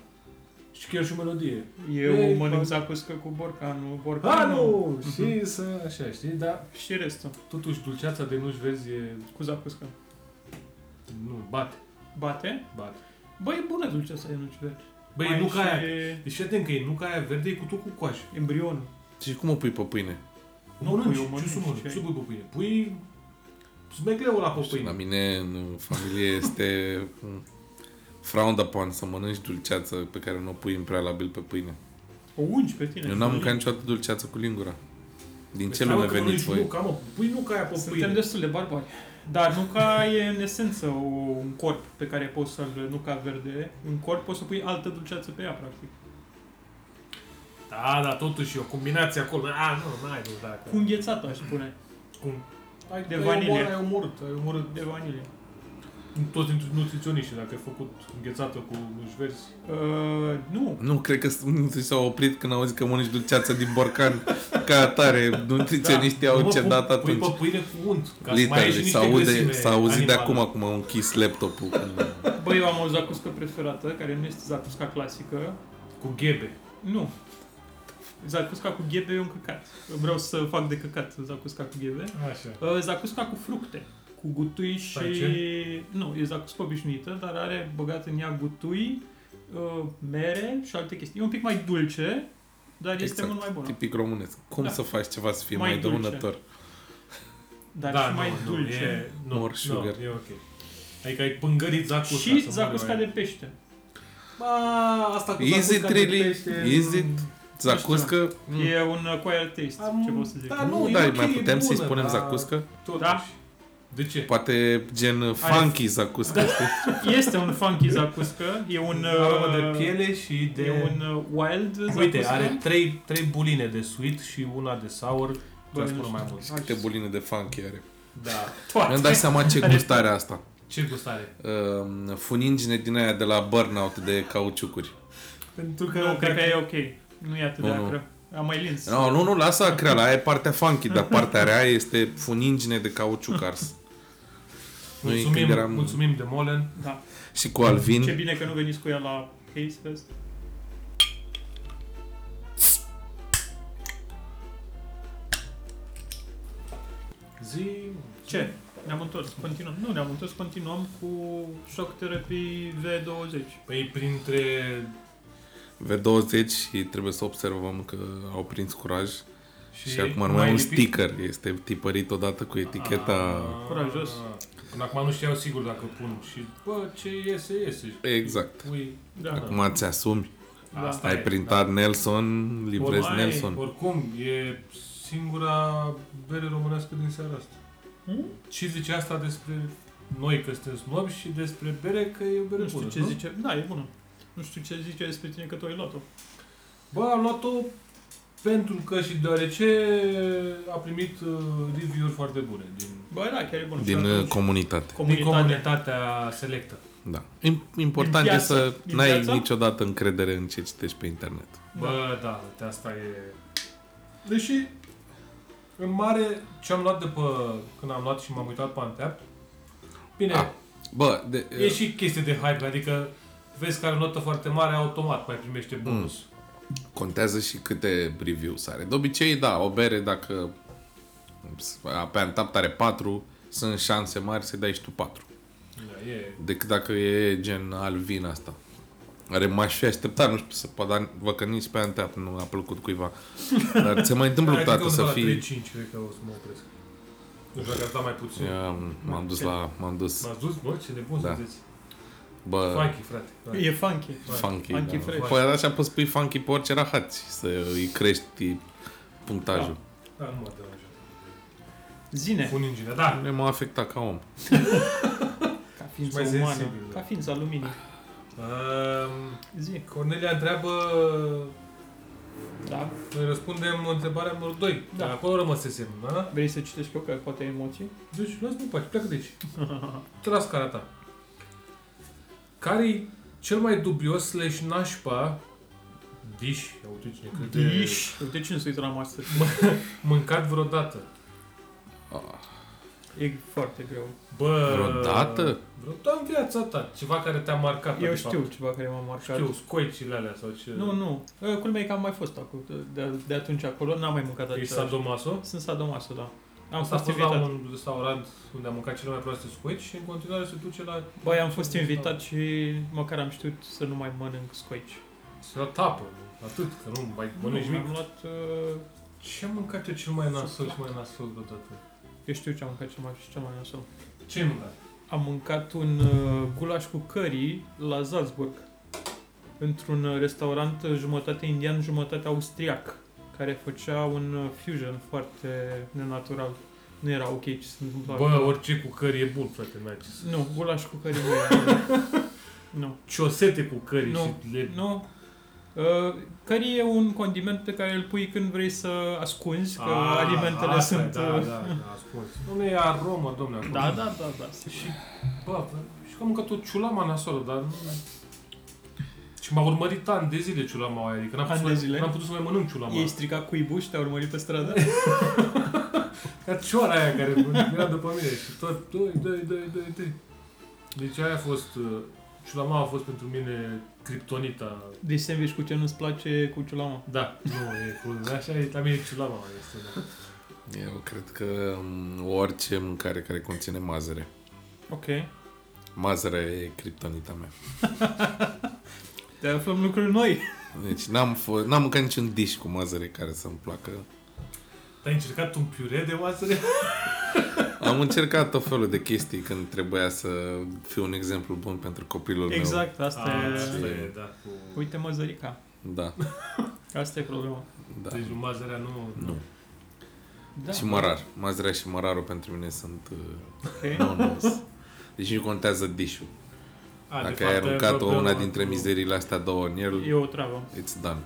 Și chiar și o melodie.
Eu
Ei,
mănânc
bă.
zacuscă cu borcanul.
Ah,
Borcanul.
nu! Și să... Așa, știi? Dar
Și restul.
totuși dulceața de nuci verzi e...
Cu zacuscă.
Nu, bate,
Bate.
bate.
Băi, e bună dulceața de nuci verzi.
Băi,
Mai
e nuca aia...
e
Deci fii atent că e nuca aia verde, e cu tot cu coajă.
Embrionul.
Și cum o pui pe pâine?
Nu, nu,
pui,
ce
eu mănânc și
să mănânci?
ai.
Ce pui pe pâine? Pui smecleul la pe
La
pâine.
mine, în familie, este mm, frowned upon să mănânci dulceață pe care nu o pui în prealabil pe pâine.
O ungi pe tine. Păi,
Eu n-am mâncat niciodată dulceață cu lingura. Din ce
Deci,
lume
mamă, că
veniți
mănânci
voi?
Nuca, mă, pui nuca aia pe
Suntem
pâine.
destul de barbari. Dar nuca e în esență o, un corp pe care poți să-l nuca verde. Un corp poți să pui altă dulceață pe ea, practic.
Da, dar totuși e o combinație acolo. A, nu, n-ai nu, dacă...
Cu înghețată, aș spune.
Cum? Ai,
De
ai
vanilie.
omor- Ai omorât, ai omorât
De vanilie.
toți nutriționiștii, dacă ai făcut înghețată cu nuci verzi.
Uh, nu.
Nu, cred că mulți s-au oprit când au zis că mănânci dulceață din borcan ca atare. Nutriționiștii
Da,
au
mă,
cedat
pui-
atunci.
Pui pe pâine cu unt, păi, ca să mai ieși
Literally,
niște
s-a aude-
grăsime
s-a auzit de
animală. Da.
acum cum au închis laptopul. Când-
Bă, eu am o zacuscă preferată, care nu este zacusca clasică.
Cu ghebe.
Nu. Zacusca cu ghebe e un căcat. Vreau să fac de căcat zacusca cu ghebe.
Așa.
Uh, Zacusca cu fructe, cu gutui și...
Stai,
Nu, e zacusca obișnuită, dar are băgat în ea gutui, uh, mere și alte chestii. E un pic mai dulce, dar este
Exact,
mult mai bună.
Tipic românesc. Cum
Da.
să faci ceva să fie mai,
Mai
mai
dulce.
dăunător?
Dar
da,
și mai
nu,
dulce.
Nu, e, nu,
More sugar.
Nu, e ok. Adică ai pângărit zacusca.
și
să
zacusca
moară
de pește.
Ba, asta cu
Is it
zacusca
really?
de pește...
Is it? Zacuscă? Mm.
E un acquired taste,
Am-
ce pot să zic.
da, nu, e
da,
ok,
mai
e
putem să-i
bună,
spunem
dar-
zacuscă?
Totuși.
Da.
De ce?
Poate gen funky zacuscă,
Da.
știi?
Este un funky zacuscă, e un...
Aromă
uh,
de piele și de...
E un uh, wild zacuscă.
Uite, are trei, trei buline de sweet și una de sour.
Bă,
Vreau să
nu
spun mai
știu.
mult.
Hai
Câte
să-
buline de funky are.
Da.
Mi-am dat seama ce gustare are asta.
Ce gustare?
Um, Funingine din aia de la burnout de cauciucuri.
Pentru că...
Nu, cred că e ok. Nu e atât de
Nu, nu.
acră. Am mai lins.
No, nu, nu, lasă acreala, aia e partea funky, dar partea rea este funingine de cauciuc ars. Noi
Mulțumim,
când eram-
mulțumim de Molen.
Da.
Și cu alvin.
Ce bine că nu veniți cu ea la Haze Fest.
Zi...
Ce? Ne-am întors, continuăm. Nu, ne-am întors, continuăm cu Shock Therapy V20.
Păi printre...
V20 și trebuie să observăm că au prins curaj
Și,
și, și acum numai un
lipit?
sticker este tipărit odată cu eticheta.
Ah,
Curajos.
Până acum nu știau sigur dacă pun și, bă, ce iese, iese.
Exact.
Ui,
Da,
Acum ți asumi.
da.
asta
Ai
e,
printat Nelson, livrezi
Oricum,
Nelson.
Oricum, e singura bere românească din seara asta.
Hmm?
Ce zice asta despre noi că suntem snobi și despre bere că e o bere
Nu știu
bună,
ce zice. Da, e bună. Nu știu ce zice despre tine că tu ai luat-o.
Bă, am luat-o pentru că și deoarece a primit uh, review-uri foarte bune din,
Bă, da, chiar e bună.
Din
Și
uh,
atunci,
comunitate.
din
comunitate.
comunitatea selectă.
Da. Im- Important
Din
e
piață.
să
Din
n-ai
piață?
niciodată încredere în ce citești pe internet.
Bă, da, uite, asta e... Deși, în mare, ce am luat de pe când am luat și m-am uitat pe Anteapt, bine,
Ah, Bă, de, uh,
E și chestie de hype, adică vezi că are o notă foarte mare, automat mai primește bonus. Mm.
contează și câte reviews are. De obicei, da, o bere dacă pe Antapt are 4, sunt șanse mari să dai și tu 4.
Da, e...
Decât dacă e gen Alvin asta. Care m-aș fi așteptat, nu știu, să pot, dar vă că nici pe Antapt nu a plăcut cuiva. Dar se mai întâmplă
Cred că
câteodată să
undeva la
fii...
3-5, cred că o să mă opresc. Nu știu dacă ați dat mai puțin. Yeah.
Ia, M-am dus la... M-am dus...
M-ați dus, bă, ce de bun
Da. Uh.
da. sunteți.
Bă,
Funky, frate. da.
E funky.
funky.
Funky
da.
fresh.
Păi așa poți pui funky pe orice rahat și să îi crești punctajul.
Da, nu mă deranjează.
Zine,
Un inginer, da.
Nu m-a afectat ca om.
ca ființă
mai
umană,
sensibil,
ca
da.
ființă aluminii.
Um,
Zi,
Cornelia întreabă,
da.
noi răspundem întrebarea numărul 2.
Da.
Da. Acolo rămăsesem, da?
Vrei să citești eu că poate ai emoții?
Deci, lasă-mă în pace, pleacă de aici. Te las cara ta. Care-i cel mai dubios slash nașpa dish, ia uite cine crede,
Dish. Uite cine se uită la master.
mâncat vreodată?
E foarte greu.
Bă,
Vreodată?
Vreodată în viața ta, ceva care te-a marcat.
Eu
de
știu
fapt.
ceva care m-a marcat.
Știu, scoicile alea sau ce...
Nu, nu. Eh, Culmea e că am mai fost acolo. De, de atunci acolo n-am mai mâncat
E
atât.
sadomaso?
Sunt sadomaso, da. Am
Asta a
fost
fost la
invitat.
un restaurant unde am mâncat cele mai proaste scoici și în continuare se duce la...
Băi, am
Da.
fost invitat și măcar am știut să nu mai mănânc scoici.
Se la tapă, atât, că nu mai
Nu,
mănânci nimic.
am luat... eh,
Ce am mâncat eu cel mai nasol și mai nasol vreodată?
Eu știu ce am mâncat cel mai, cel mai nasol.
Ce ai mâncat?
Am mâncat un uh, gulaș cu curry la Salzburg. Într-un uh, restaurant uh, jumătate indian, jumătate austriac, care făcea un uh, fusion foarte nenatural. Nu era ok ce se întâmpla.
Bă, orice cu cări e bun, frate, n-ai ce să...
Nu, gulaș cu curry nu era. nu.
Ciosete cu cări
Nu.
și le...
Nu. Uh, curry e un condiment pe care îl pui când vrei să ascunzi, că
Ah,
alimentele
asta e,
sunt...
Da,
uh,
da, da, ascuns. Dom'le, e aromă, dom'le, acolo.
da, da, da, da.
Și, bă, și că am mâncat o ciulama nasolă, dar nu... Și m-a urmărit ani de zile ciulama aia, adică n-am
Ani
putut,
de
să,
zile?
mai- n-am putut să mai mănânc ciulama
Ei
aia.
strica cuibul și te-au urmărit pe stradă?
Ca cioara aia care era după mine și tot, doi, doi, doi, doi, doi. Deci aia a fost, uh, ciulama a fost pentru mine criptonita
Deci sandwich cu ce nu-ți place cu ciulama.
Da, nu, e cu... Așa e, la mine e ciulama mai este, da.
Eu cred că m, orice mâncare care conține mazăre.
Ok.
Mazăre e criptonita mea.
Te aflăm lucruri noi.
Deci n-am, f- n-am mâncat niciun dish cu mazăre care să-mi placă.
Ai încercat un piure de mazăre?
Am încercat tot felul de chestii când trebuia să fiu un exemplu bun pentru copilul
Exact, asta e...
Asta e, da, cu...
Uite măzărica.
meu. Da,
Asta e problema.
da.
Deci mazărea nu...
Nu.
Da.
Și mărar. Mazărea și mărarul pentru mine sunt...
Ok.
Uh, no, deci nu contează dish-ul.
A, de
Dacă
fapt,
ai aruncat
problema
una dintre
cu-
mizeriile astea două în el,
E o travă.
it's done.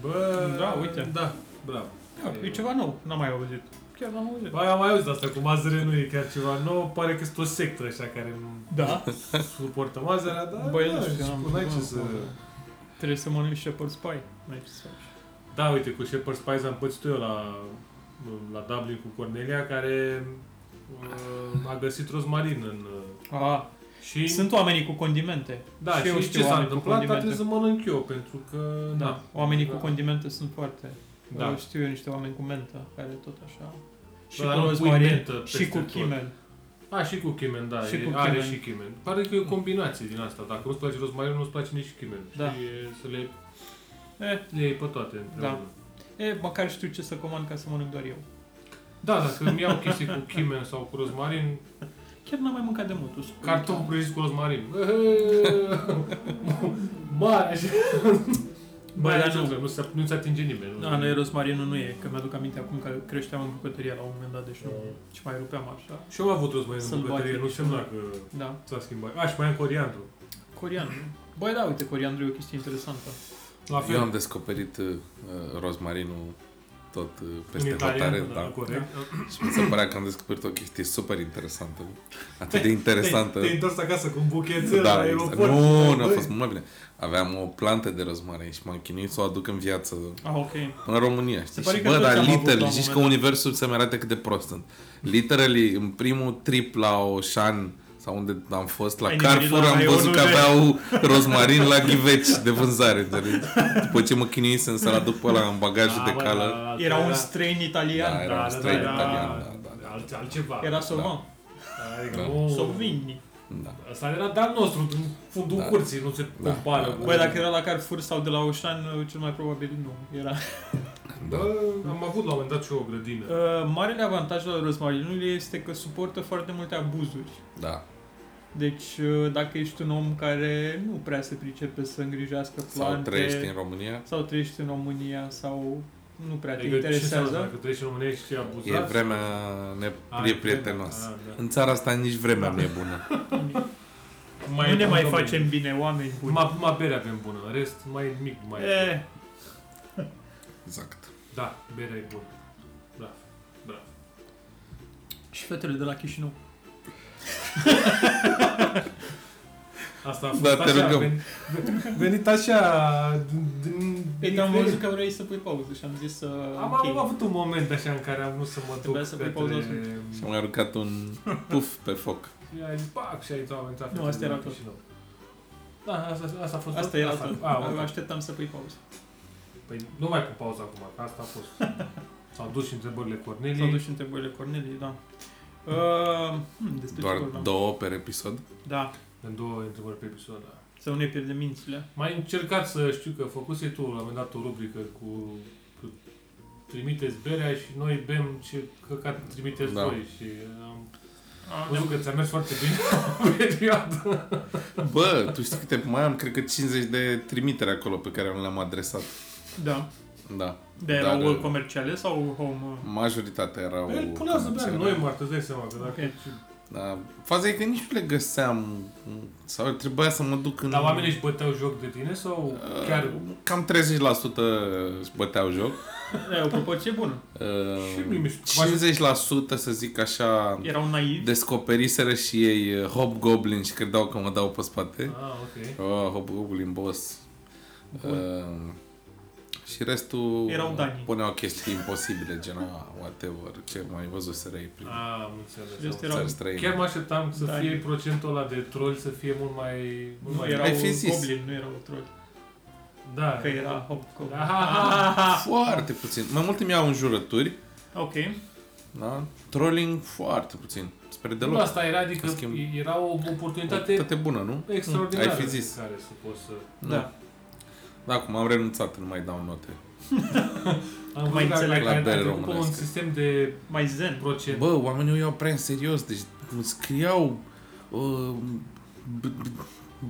Bă,
Da, uite.
Da, bravo.
Da, e ceva nou. N-am mai auzit. Chiar n-am auzit.
Bă, am mai auzit asta cu mazăre, nu e chiar ceva nou, pare că sunt o sectă așa care nu
Da.
suportă mazărea, dar...
Băi,
da,
nu știu.
și
n-am-
cu n-ai
nu
ce să...
pot. Trebuie să mănânci shepherd's pie. N-ai ce să faci.
Da, uite, cu Shepherd's Pies am pățit eu la, la Dublin cu Cornelia, care uh, a găsit rozmarin în... uh,
Ah,
Și
sunt oamenii cu condimente.
Da, și,
eu
și
știu
ce s-a
oameni cu
întâmplat, dar
condimente.
trebuie să mănânc eu, pentru că...
Da, oamenii
da.
cu condimente sunt foarte...
Da.
Da. Știu eu niște oameni cu mentă care tot așa... Și
Dar
cu
nu pui
rozmarin
mentă
și
peste
cu
tot.
chimen.
A, și cu Kimen, da,
Și
e,
cu
are
Kimen.
și Kimen. Pare că e o combinație din asta. Dacă nu-ți place rozmarin, nu-ți place nici Kimen.
Da.
Și e, să le,
Eh,
le iei pe toate împreună.
e, măcar știu ce să comand ca să mănânc doar eu.
Da, dacă îmi iau chestii cu Kimen sau cu rozmarin,
Chiar n-am mai mâncat de mult. o să-
cartofi prăjiți cu rozmarin. Mare așa.
Bă,
Mai
dar
nu,
nu.
nu, se, nu se atinge nimeni. Nu.
Da, noi rozmarinul nu e, că mi-aduc aminte acum că creșteam în bucătărie la un moment dat, deci nu.
Mm.
Și mai rupeam așa.
Și eu am avut rozmarin în
Să-l
bucătărie,
bagi
nu
în
semna
niște-
că
Da,
s-a schimbat. A, și mai am coriandru.
coriandru. Băi, da, uite, coriandru e o chestie interesantă.
La
Eu am
fel,
descoperit uh, rozmarinul tot uh,
în
peste hotare,
Italia, da,
da.
corect.
Și mi se părea că am descoperit o chestie super interesantă. Atât de interesantă.
Te-ai întors acasă cu un buchețel la
exact.
aeroport.
Nu, nu a
Băi,
fost mult mai bine. Aveam o plantă de rozmarin și m-am chinuit să o aduc în viață
Ah, ok.
în România. Știi?
pare
Și,
că
bă,
toți am
dar
avut la un
literally,
moment
zici că
dat.
universul să-mi arate cât de prost sunt. Literally, în primul trip la Oșan sau unde am fost, la
Ai
Carrefour,
nimerit la
am văzut că
raionul de-
aveau rozmarin la ghiveci de vânzare. înțelegi? După ce mă chinuisem să-l aduc pe ăla în bagajul
da,
de
bă,
cală.
da,
Era
da,
un
da.
străin italian.
Da, era
da,
un
da,
străin
da,
italian,
da,
da, da.
Alt, altceva.
Era Sauvan.
Adică
Da.
nu...
Sovin.
Da.
Asta era de-al nostru, în fundul
Da.
curții, nu se
Da,
compară.
da, da.
cu-
Băi, dacă era la Carrefour sau de la Oșan, cel mai probabil nu era.
da.
Bă, am avut la un moment dat și eu o grădină.
Uh, Marele avantaj al rozmarinului este că suportă foarte multe abuzuri.
da.
Deci, uh, dacă ești un om care nu prea se pricepe să îngrijească plante...
Sau trăiești în România.
sau trăiești în România, sau nu prea te
Adică ce
interesează.
înseamnă Dacă trăiești în România și Ah, abuzat.
Exact.
E vremea
Ai,
neprietenoasă.
da, da.
În țara asta nici vremea nu e bună.
nu ne mai
bun,
facem bine, oameni buni.
Numai, numai bere avem bună, în rest mai mic, mai...
Eh,
Exact.
Da, berea e bună. Bravo, bravo.
și fetele de la Chișinău.
Asta a fost
Da, te
așa,
rugăm.
ven- ven- venit așa... din- din-
Păi, dar am văzut că vrei să pui pauză și am zis să
Am,
închei.
am avut un moment așa în care am vrut să mă
Trebuia
duc
să pui pauză
Și am aruncat un puf pe foc.
Și ai zis, pac, și ai zis, oameni,
Nu, asta era tot.
Da, asta, asta a fost
Asta era
Asta,
tot. Da.
a, Ah, ok.
Mă așteptam să pui pauză.
Păi nu mai pun pauză acum, că asta a fost. S-au dus și întrebările Cornelii.
S-au dus și întrebările Cornelii, da. Uh, hmm, despre
Doar
ce vorbeam?
două per episod.
Da,
În două întrebări pe episod, da.
să nu ne pierdem mințile.
Mai încercat să știu că făcuse tu la un moment dat o rubrică cu, cu trimiteți berea și noi bem ce căcat trimiteți
Da.
voi și uh, am
Ah,
văzut că ți-a mers foarte bine o perioadă.
Bă, tu știi câte mai am? Cred că 50 de trimitere acolo pe care nu le-am adresat.
Da.
Da.
De erau
Dar, uh,
comerciale sau home? uh,
Majoritatea erau...
El punea să bea
comerciale.
noi, Marta, îți dai seama că dacă...
Ok.
Da. Faza e că nici nu le găseam. Sau trebuia să mă duc în... Uh,
Dar oamenii își băteau joc de tine sau chiar...
Cam 30% își băteau joc. Uh,
E o proporție bună.
Și mie mi se-
50% să zic așa
Erau naivi.
descoperiseră și ei uh, Hobgoblin și credeau că mă dau pe spate.
Ah, ok.
Oh, Hobgoblin boss. Uh, și restul
Erau Danii.
puneau chestii imposibile, gen ah, whatever, ce mai văzuseră ei prin
Ah, am înțeles.
Restul
am
erau-
țări
înțeles.
străine.
Chiar mă așteptam să
Da.
fie procentul ăla de troll să fie mult mai... Mult
Nu
mai
erau
Ai fi zis.
goblin, nu erau troli.
Da.
Că era hobgoblin.
Ah, ah, ah, ah.
Foarte puțin. Mai mult îmi iau în jurături,
Ok.
da? Trolling foarte puțin. Sper
Nu,
deloc.
asta era, adică
În schimb-
era o oportunitate
Toate bună, nu?
extraordinară.
Ai fi zis.
Care să poți să...
Nu.
Da.
Da, acum am renunțat, nu mai dau note.
Am
Mai
văzut că
înțeleg.
ai- ai
La bere
trecut pe un
românească.
sistem de
Mai zen.
procent.
Bă, oamenii o iau prea în serios, deci îmi scriau uh, b- b-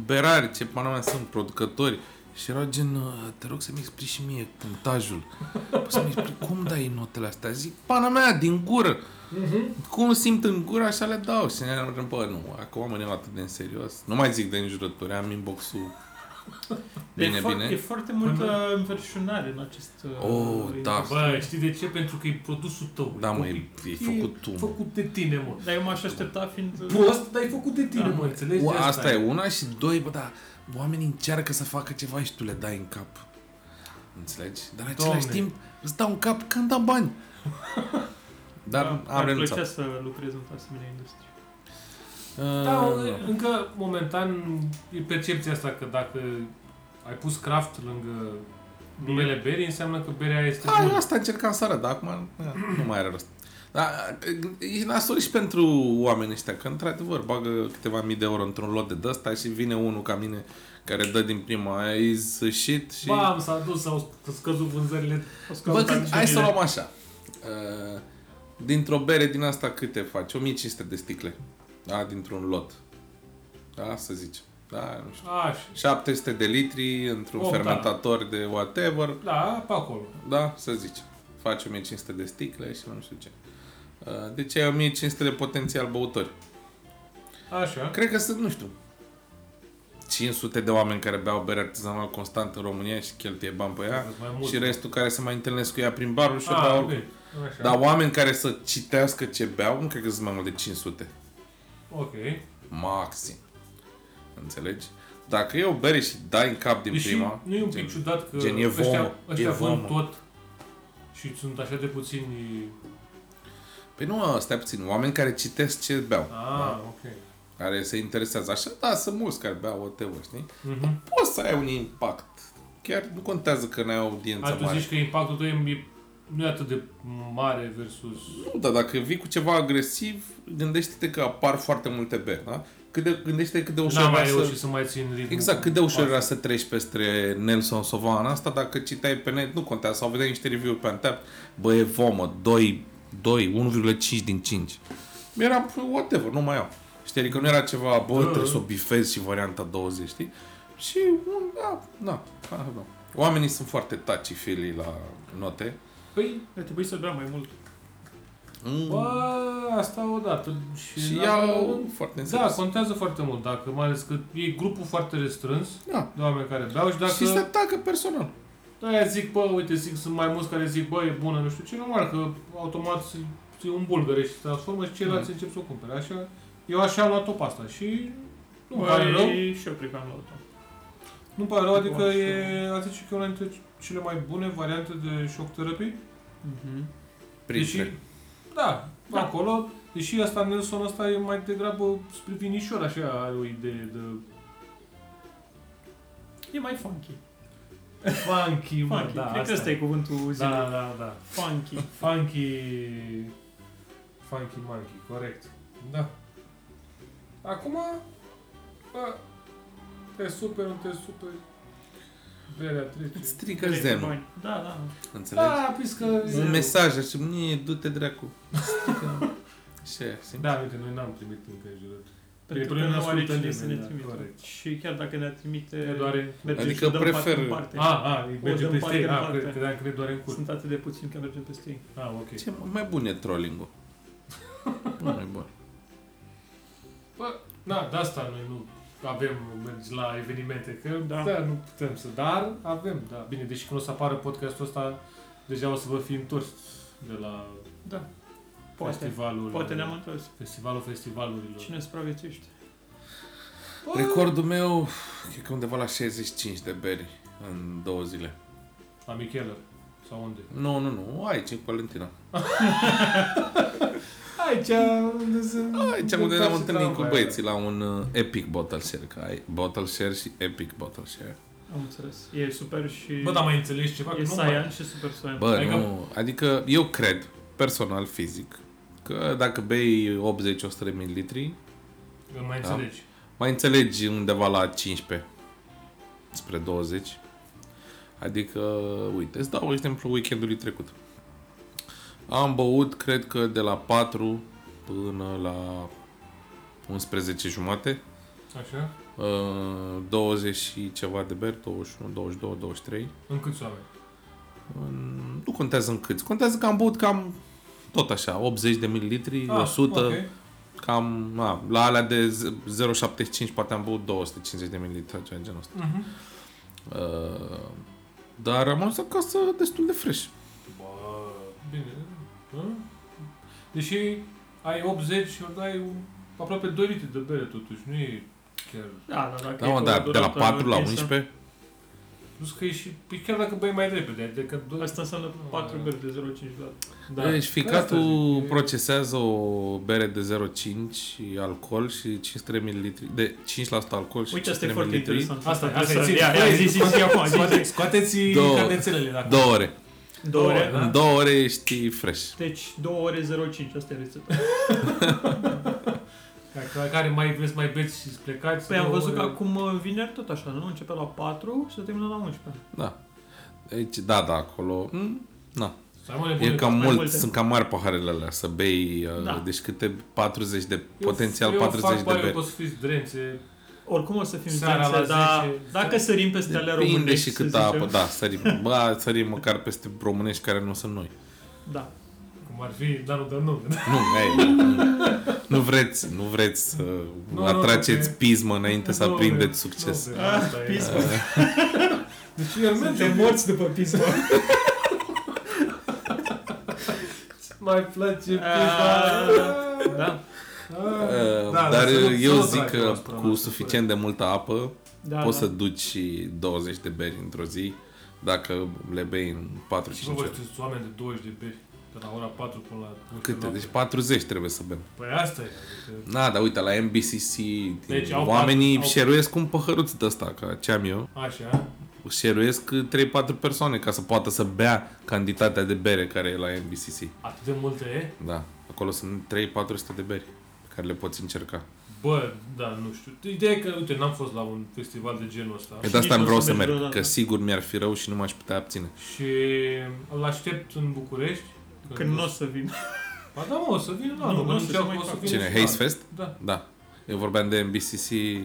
berari, ce pana mea sunt, producători, și erau gen, uh, te rog să-mi explici și mie punctajul. Păi să-mi explic cum dai notele astea? Zic, pana mea, din gură. Cum simt în gură, așa le dau. Și ne-am zis, bă, nu, acum oamenii au atât de în serios. Nu mai zic de înjurături, am inbox-ul. Bine,
e, foar- e
bine.
foarte multă înverșunare în acest... uh,
Oh, da.
Bă, știi de ce? Pentru că e produsul tău.
Da, mă, e,
copii.
e făcut tu.
E
mă.
făcut de tine, mă.
Dar eu m-aș aștepta fiind... uh,
Prost, dar e făcut de tine,
Da.
mă, înțelegi?
O, asta e una și doi, bă, da, oamenii încearcă să facă ceva și tu le dai în cap. Înțelegi? Dar în același
Doamne.
timp îți dau în cap când am bani. Dar
Da,
am
mi-ar plăcea
renunțat.
să lucrez într-o asemenea industrie.
Da,
Uh,
încă momentan e percepția asta că dacă ai pus craft lângă numele berii, înseamnă că berea este
Hai,
bună.
asta încercam să arăt, dar acum na, uh, nu mai are rost. Dar uh, e nasol și pentru oamenii ăștia, că într-adevăr bagă câteva mii de euro într-un lot de dăsta și vine unul ca mine care dă din prima aia, is shit și...
Bam, s-a dus, au scăzut vânzările. Au
Bă,
scăzut
cât, hai să
acțiunile.
o luăm așa. Uh, dintr-o bere din asta câte faci? 1500 de sticle. Da, dintr-un lot. Da, să zicem. Da, nu știu.
Așa.
700 de litri într-un
Opt, da.
fermentator de whatever.
Da, pe acolo.
Da, să zicem. Faci 1500 de sticle și nu știu ce. Uh, Deci ai 1500 de potențial băutori.
Așa.
Cred că sunt, nu știu, 500 de oameni care beau bere artizanal constant în România și cheltuie bani pe ea
Mai mult.
și restul care se mai întâlnesc cu ea prin barul și Da. o
Ah,
beau
ok. Așa.
dar oameni care să citească ce beau, nu cred că sunt mai mult de 500.
Ok.
Maxim. Înțelegi? Dacă e o bere și dai în cap din
Deși
prima...
Deci nu e un
gen-
pic ciudat că
gen e vomă,
ăștia, ăștia
e
vând
vomă.
tot și sunt așa de puțini...
Păi nu, mă, stai puțin. Oameni care citesc ce beau. Da.
Ah, ok.
Care se interesează. Așa, da, sunt mulți care beau whatever, știi?
Mhm.
Poți să ai un impact. Chiar nu contează că n-ai audiență
A, tu
mare.
zici că impactul tău e, e- nu e atât de mare versus...
Nu, dar dacă vii cu ceva agresiv, gândește-te că apar foarte multe beri, da? Cât de, gândește-te cât de ușor
N-am
era
mai
să-
reușit să mai țin ritmul.
Exact, cât de ușor
Asta.
era să treci peste Nelson Sovan asta, dacă citeai pe net, nu contează, sau vedeai niște review-uri pe Antep, bă, e vomă, 2, 2, 1,5 din 5. Era, whatever, nu mai au. Știi, adică nu era ceva, bă,
Da.
trebuie să o bifez și varianta 20, știi? Și, un, da, da, da, da. Oamenii sunt foarte touchy-feely la note.
Păi, ar trebui să bea mai mult.
Mm.
Bă, asta odată. Și,
Și
la-
iau foarte în
Da,
serios.
contează foarte mult, dacă, mai ales că e grupul foarte restrâns
Da.
de oameni care beau și
Dacă... Și se
dacă
atacă personal.
Da, aia zic, bă, uite, zic, sunt mai mulți care zic, bă, e bună, nu știu ce, normal, că automat se- se un bulgăre și se transformă și
Da.
ceilalți încep să o cumpere. Așa, eu așa am luat-o pe asta și nu-mi pare rău,
Băi, și eu cred că am luat-o.
nu-mi pare rău, adică
Bun,
e, ați zice că e una dintre cele mai bune variante de shock therapy. Mhm. Deși,
Printre.
da, da, acolo, deși asta Nelson ăsta e mai degrabă spre vinișor, așa, are o idee de
E mai funky.
funky, mă,
Funky.
da,
cred că ăsta
asta
e
e.
cuvântul zilei.
Da, da, da.
Funky.
Funky... Funky Monkey, corect. Da. Acum... Bă, te super, nu te super... Berea trece.
Îți strică zenul,
Bani. Da, da.
înțelegi?
Da, pis că...
Un mesaj așa, mie, du-te dracu. Și aia, simți?
Da, uite, noi n-am primit încă jurături.
Pentru
prin
că nu
ascultă
are cine
nimeni,
să ne
da,
trimite.
corect.
Și chiar dacă ne
Te
trimite,
doare... Ah,
mergem
Adică
și dăm
prefer-
parte în parte.
A, a, merge
dăm
peste
parte
ei.
în
A,
parte.
cre- ah, credeam că le doare în cur.
Sunt atât de puțini că mergem peste ei.
A, ok.
Ce mai bun e trolling-ul. Nu e bun.
Da, de asta noi nu avem mergi la evenimente, că da.
Da.
da, nu putem să, dar avem, da. Bine, deși când o să apară podcastul ăsta, deja o să vă fi întors de la
Da. Poate.
festivalul
Poate ne-am întors.
festivalul festivalurilor.
Cine supraviețuiește?
Recordul meu, cred că undeva la 65 de beri în două zile.
La Micheller. Sau unde?
Nu, nu, nu, aici, în Valentina.
Aici, unde sunt...
Aici unde ne-am întâlnit cu băieții la un uh, Epic Bottle Share, că ai Bottle Share și Epic Bottle Share.
Am înțeles. E super și...
Bă, dar mai înțelegi ceva? Că
E
nu mai...
Saiyan și Super Saiyan.
Bă,
Adică-
nu, adică eu cred, personal, fizic, că dacă bei 80-100 de mililitri,
Îl mai
Da.
înțelegi.
Mai înțelegi undeva la 15 spre 20. Adică, uite, îți dau exemplu weekendului trecut. Am băut, cred că, de la 4 până la 11 jumate.
Așa?
Uh, 20 și ceva de beri, 21, 22, 23.
În câți oameni?
În- Nu contează în câți. Contează că am băut cam tot așa, 80 de mililitri, 100,
ok.
cam, na, la alea de z- 0,75 poate am băut 250 de mililitri, ceva de genul ăsta.
Mhm.
Uh, dar am ajuns acasă destul de fresh.
Bă, bine. Bă? Deși ai 80 și o dai un, aproape 2 litri de bere totuși, nu e chiar...
Da, da, dacă
Da,
e
mă,
pe
dar
o
de la
durată
4 la
întinsă,
11?
Plus că e și... Păi chiar dacă bei mai repede, adică... Do-
Asta înseamnă
Ah.
4 beri de 0,5 grade.
Da. Deci
Asta
ficatul
zic, e-
procesează o bere de 0,5 și alcool și 500 ml, de 5% alcool și
Uite, asta
500
e foarte
ml,
interesant.
Asta e, asta e,
Ia,
țin.
ia, ia, zi, zi, zi, acum, zi, zi.
Scoateți
Două.
cadețelele dacă...
două ore.
da. Două ore.
Da.
În două ore ești fresh.
Deci 2 ore 05, asta e rețeta.
Ca- Care mai vreți, mai beți și plecați?
Păi am
două
văzut că
ore.
acum uh, vineri tot așa, nu? Începe la 4 și se termină la 11.
Da. Deci, da, da, acolo... mm, Na.
Să ai mai
E
nebune.
cam
mai
mult,
multe.
sunt cam mari paharele alea, să bei, uh,
Da.
deci câte 40 de,
Eu-
potențial
eu
40
fac
de
bani, Eu
beri.
pot să fiți drențe.
Oricum o să fim
Seara
zece,
la
dar
10.
dacă sărim peste alea
Depinde
românești,
și
să
cât
zicem,
apă, da, sărim, ba, sărim măcar peste românești care nu sunt noi.
da.
Cum ar fi, dar nu dăm nume.
Nu, ei, da, nu, nu vreți, nu vreți să
nu,
atrageți
ok.
pismă înainte să
Nu, nu,
aprindeți succes. Ah.
nu, asta e.
pismă.
Deci el merge
Suntem morți după pismă.
Mai place
A,
pisma.
Da,
Uh,
Da,
Dar
să nu- să
eu
nu
zic
tragi
că
asupra
cu
noastră,
suficient de multă apă
da.
poți
da.
să duci și 20 de beri într-o zi dacă le bei în 4-5
Și bă, voi
ori.
știți oameni de 20 de beri. De la ora 4 până la 11
Câte?
noapte.
Deci 40 trebuie să bem.
Păi asta e. adică-
Na, dar uite, la MBCC
Deci
deci,
au
oamenii
pat-
au...
au-
șeruiesc un păhăruț de ăsta, ca ce am eu.
Așa.
Șeruiesc 3-4 persoane ca să poată să bea cantitatea de bere care e la MBCC.
Atât de multe e?
Da, acolo sunt 3-400 de beri pe care le poți încerca.
Bă, da, nu știu. Ideea e că, uite, n-am fost la un festival de genul ăsta.
Pe
Și
de asta
nici nu
nu vreau
se
să
merge
merg,
vreodată.
că sigur mi-ar fi rău și nu m-aș putea abține.
Și îl aștept în București.
Când nu o să vin.
Ba da, mă, o să vină la
Nu,
nu,
nu o
nu
să se mai
o să
facă.
vină.
Cine?
și
Haze
la-
Fest?
Da.
Da. Eu vorbeam de MBCC uh,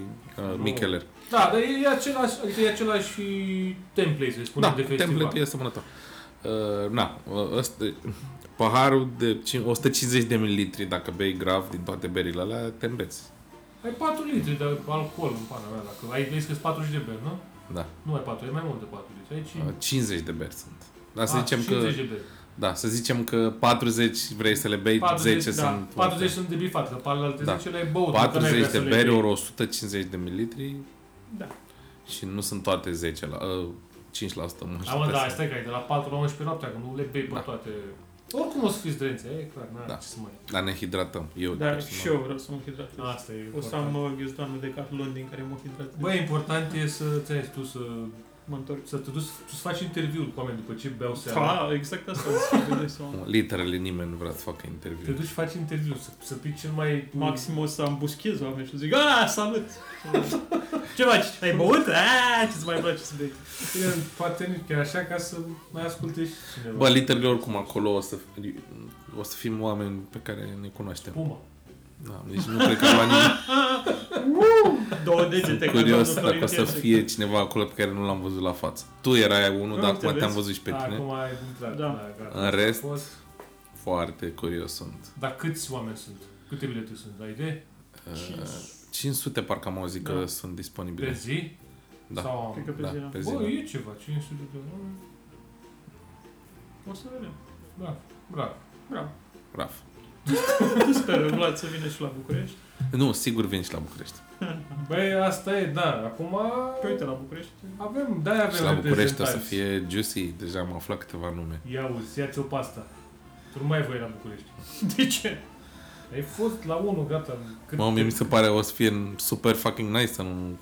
Micheler.
Da, dar e, e același, adică e același template, să
Da,
spunem, de festival.
template e asemănător. Uh, na, uh, ăsta, paharul de cin- 150 de mililitri, dacă bei grav din toate berile alea, te îmbeți.
Ai 4 litri de alcool în pana mea, dacă ai zis că 40 de beri, nu?
Da.
Nu ai 4, ai mai mult de 4 litri, ai 5.
Uh, 50 de beri sunt. Dar să,
Ah,
zicem că,
50 de beri.
da, să zicem că 40 vrei să le bei,
40,
10
da,
sunt...
40 sunt de bifat, că paralelate
Da.
10 le-ai băut. că n-ai
40
vrea să
de
le
beri
bei.
ori 150 de mililitri
Da.
și nu sunt toate 10 la... Uh, 5% mă
Da, mă,
așteptam
da,
să-
stai că ai de la 4 la 11 noaptea, că nu le bei pe
Da.
toate. Oricum o să fiți drențe, e clar, n-are
Da.
ce să mai...
Dar ne hidratăm. Eu,
Da,
Dar
personal.
și eu vreau să mă hidratez.
Asta e
O să
important.
am uh, ghiozdanul de Carlon din care mă hidratez.
Bă, important e să ți ai tu să,
mă întorc.
să te duci, să faci interviuri cu oameni după ce beau seara.
Da, exact asta o să mă gândesc, mă.
Literally nimeni nu vrea să facă
Te
interviu.
duci și faci interviu, să, să pici cel mai...
Maxim o să îmbuschez oameni și o să zic, aaa, salut! Ce faci? Ai băut? Aaa, ce-ți mai place să bei?
Bine, poate nu chiar așa ca să mai asculte și cineva.
Bă, literally oricum acolo o să, o să fim oameni pe care ne cunoaștem.
Puma.
Da, deci nu cred că la nimeni
Două degete, ca
curios
domnul
dacă o să
Florin
fie cineva acolo pe care nu l-am văzut la față. Tu erai unul,
Nu
dar
te
acum te-am
vezi.
văzut și pe
Da,
tine.
Acum ai intrat.
Da.
gata.
În rest-
Fost.
Foarte curios sunt.
Dar câți oameni sunt? Câte bilete sunt? Ai idee?
Uh, 500 parcă am auzit că
Da.
sunt
Pe
disponibile.
zi?
Da.
Sau...
Cred că pe
Da,
zi, da.
pe zi.
Bă,
da.
e ceva, 500 de oameni.
O să vedem.
Da, bravo.
Bravo.
Raf.
Tu speră, Vlad, să vină și la București.
Nu, sigur vin și la București.
Băi, asta e, da. Acum
Că Da. Păi uite, la București.
avem, da, avem
Și la București o să
reprezentanți.
fie juicy. Deja am aflat câteva nume.
Ia uzi, ia-ți o pasta. Tu nu mai ai voie la București.
De ce?
Ai fost la unul, gata. Cât
Mă, mie mi se pare o să fie super fucking nice să nu,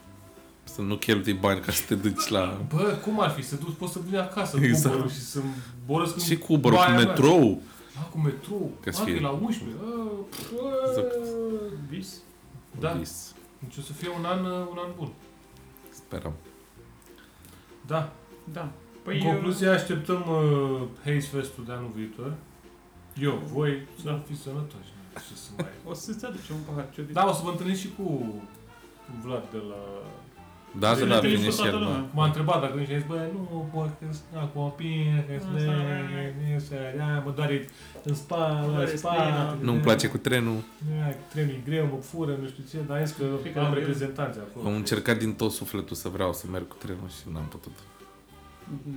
să nu cheltui bani ca să te duci la...
Bă, cum ar fi? Să duci, poți să vin acasă
Exact.
cu Uber-ul și să borăsc în
Și cu Uber, cu
baia mea.
metrou.
A, cu metrou.
Că-ți
A, că
fie.
e la 11. A, a,
Vis?
Da.
Vis.
Deci o să fie un an, un an bun.
Sperăm.
Da.
Da.
Păi în
eu-
concluzie, așteptăm uh, Haze Fest-ul de anul viitor. Eu, voi, să
Da.
fiți sănătoși. nu știu Ce să mai...
uh, O să-ți aducem un pahar ciudit.
Da, o să vă întâlniți și cu Vlad de la...
Da, să
Bine,
da,
te-ai
vine
spus
și el.
toată
mă.
lumea.
M-a întrebat dacă nu și a zis, bă, nu, bă, că sunt acum bine, că sunt bine, să- ia, mă doare în spate,
Doare
în spate.
spina.
Nu-mi place cu trenul.
Ia, Trenul e greu, mă fură, nu știu ce, dar am zis
Cred
că
că
am
e-
reprezentanți acolo.
Am încercat din tot sufletul să vreau să merg cu trenul și n-am putut.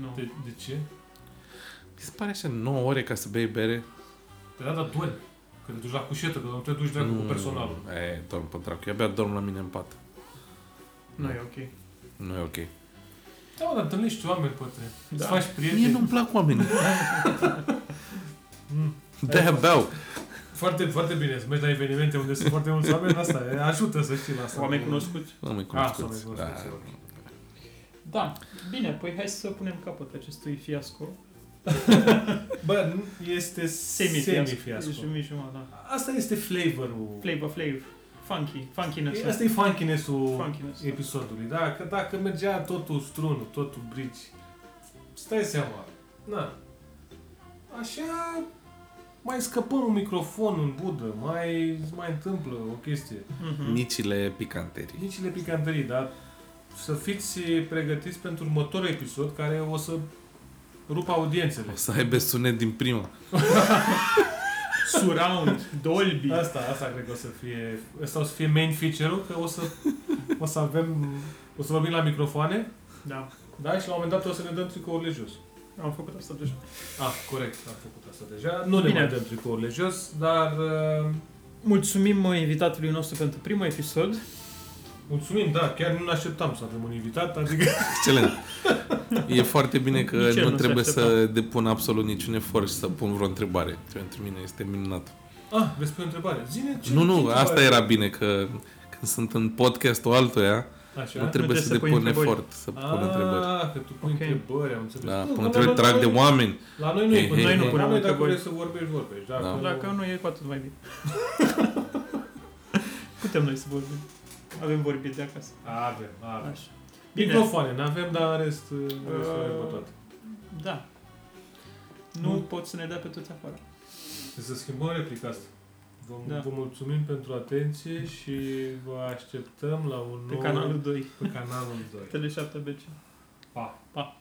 Nu.
De, de ce?
Mi se pare așa 9 ore ca să bei bere.
Pe data dori. Că te duci la cușetă, că nu te duci dracu cu personalul.
Mm, E, dorm pe dracu. Abia dorm la mine în pat.
Nu e ok.
Nu e ok.
Da, mă, dar întâlnești oameni pe tren. Îți
Da.
faci
Mie
prieteni.
nu-mi plac oamenii.
Mm.
De-aia beau.
Foarte, foarte bine să mergi la evenimente unde sunt foarte mulți oameni, asta e, ajută să știi la asta.
Oameni cunoscuți?
Oameni
Ah, să
cunoscuți.
oameni
Da.
cunoscuți, ok.
Da. Bine, păi hai să punem capăt acestui fiasco.
Bă, nu, este
Semi-fiasco.
semi-fiasco.
Deci un mic jumătate, da.
Asta este flavorul.
Flavor, flavor. Funky, funkiness.
E- Asta e funkiness-ul
Funkiness, da.
episodului. Da, că dacă mergea totul strunul, totul brici, stai seama. Na. Așa mai scăpăm un microfon în budă, mai mai întâmplă o chestie.
Mhm.
Micile picanterii.
Micile picantării, dar să fiți pregătiți pentru următorul episod care o să rupă audiențele.
O să aibă sunet din prima.
Surround, Dolby.
Asta, asta cred că o să fie, asta o să fie main feature-ul, că o să, o să avem, o să vorbim la microfoane
Da,
Da, și la un moment dat o să ne dăm tricourile jos.
am făcut asta deja.
Ah, corect, am făcut asta deja. Nu ne
Bine.
mai dăm tricourile jos, dar uh,
Mulțumim uh, invitatului nostru pentru primul episod.
mulțumim, da, chiar nu ne așteptam să avem un invitat, adică
Excelent. E foarte bine că
De ce
nu,
nu se
trebuie să
aștepta?
depun absolut niciun efort și să pun vreo întrebare. Pentru mine este minunat.
ah, vezi pe o întrebare. Zine ce
nu,
ce
nu,
întrebare-
asta era bine că când sunt în podcastul altuia,
Așa.
nu trebuie
trebuie
să
să pui
depun
întrebări.
efort să pun întrebări.
Ah, că tu pui
Ok.
întrebări, am înțeles.
Da,
Nu,
pun
la
întrebări,
noi-
trag de oameni.
La noi nu e,
Hei,
cu
hei,
noi
hei.
nu punem
Noi
noi
dacă
dacă vrei
vrei
să vorbești, vorbești. Dacă,
Da.
nu-
Dacă nu e, cu atât mai bine. Putem noi să vorbim. Avem vorbit de acasă.
Avem, avem.
Așa. Bine. Uh,
Microfoane, nu avem, dar în rest, în rest avem pe toate.
Da. Nu
Nu.
pot să ne dea pe toți afară.
Trebuie să schimbăm replica asta. Vă,
Da.
da. vă mulțumim pentru atenție și vă așteptăm la un
Pe
nou...
canalul 2,
Pe canalul 2.
Tele7BC.
Pa!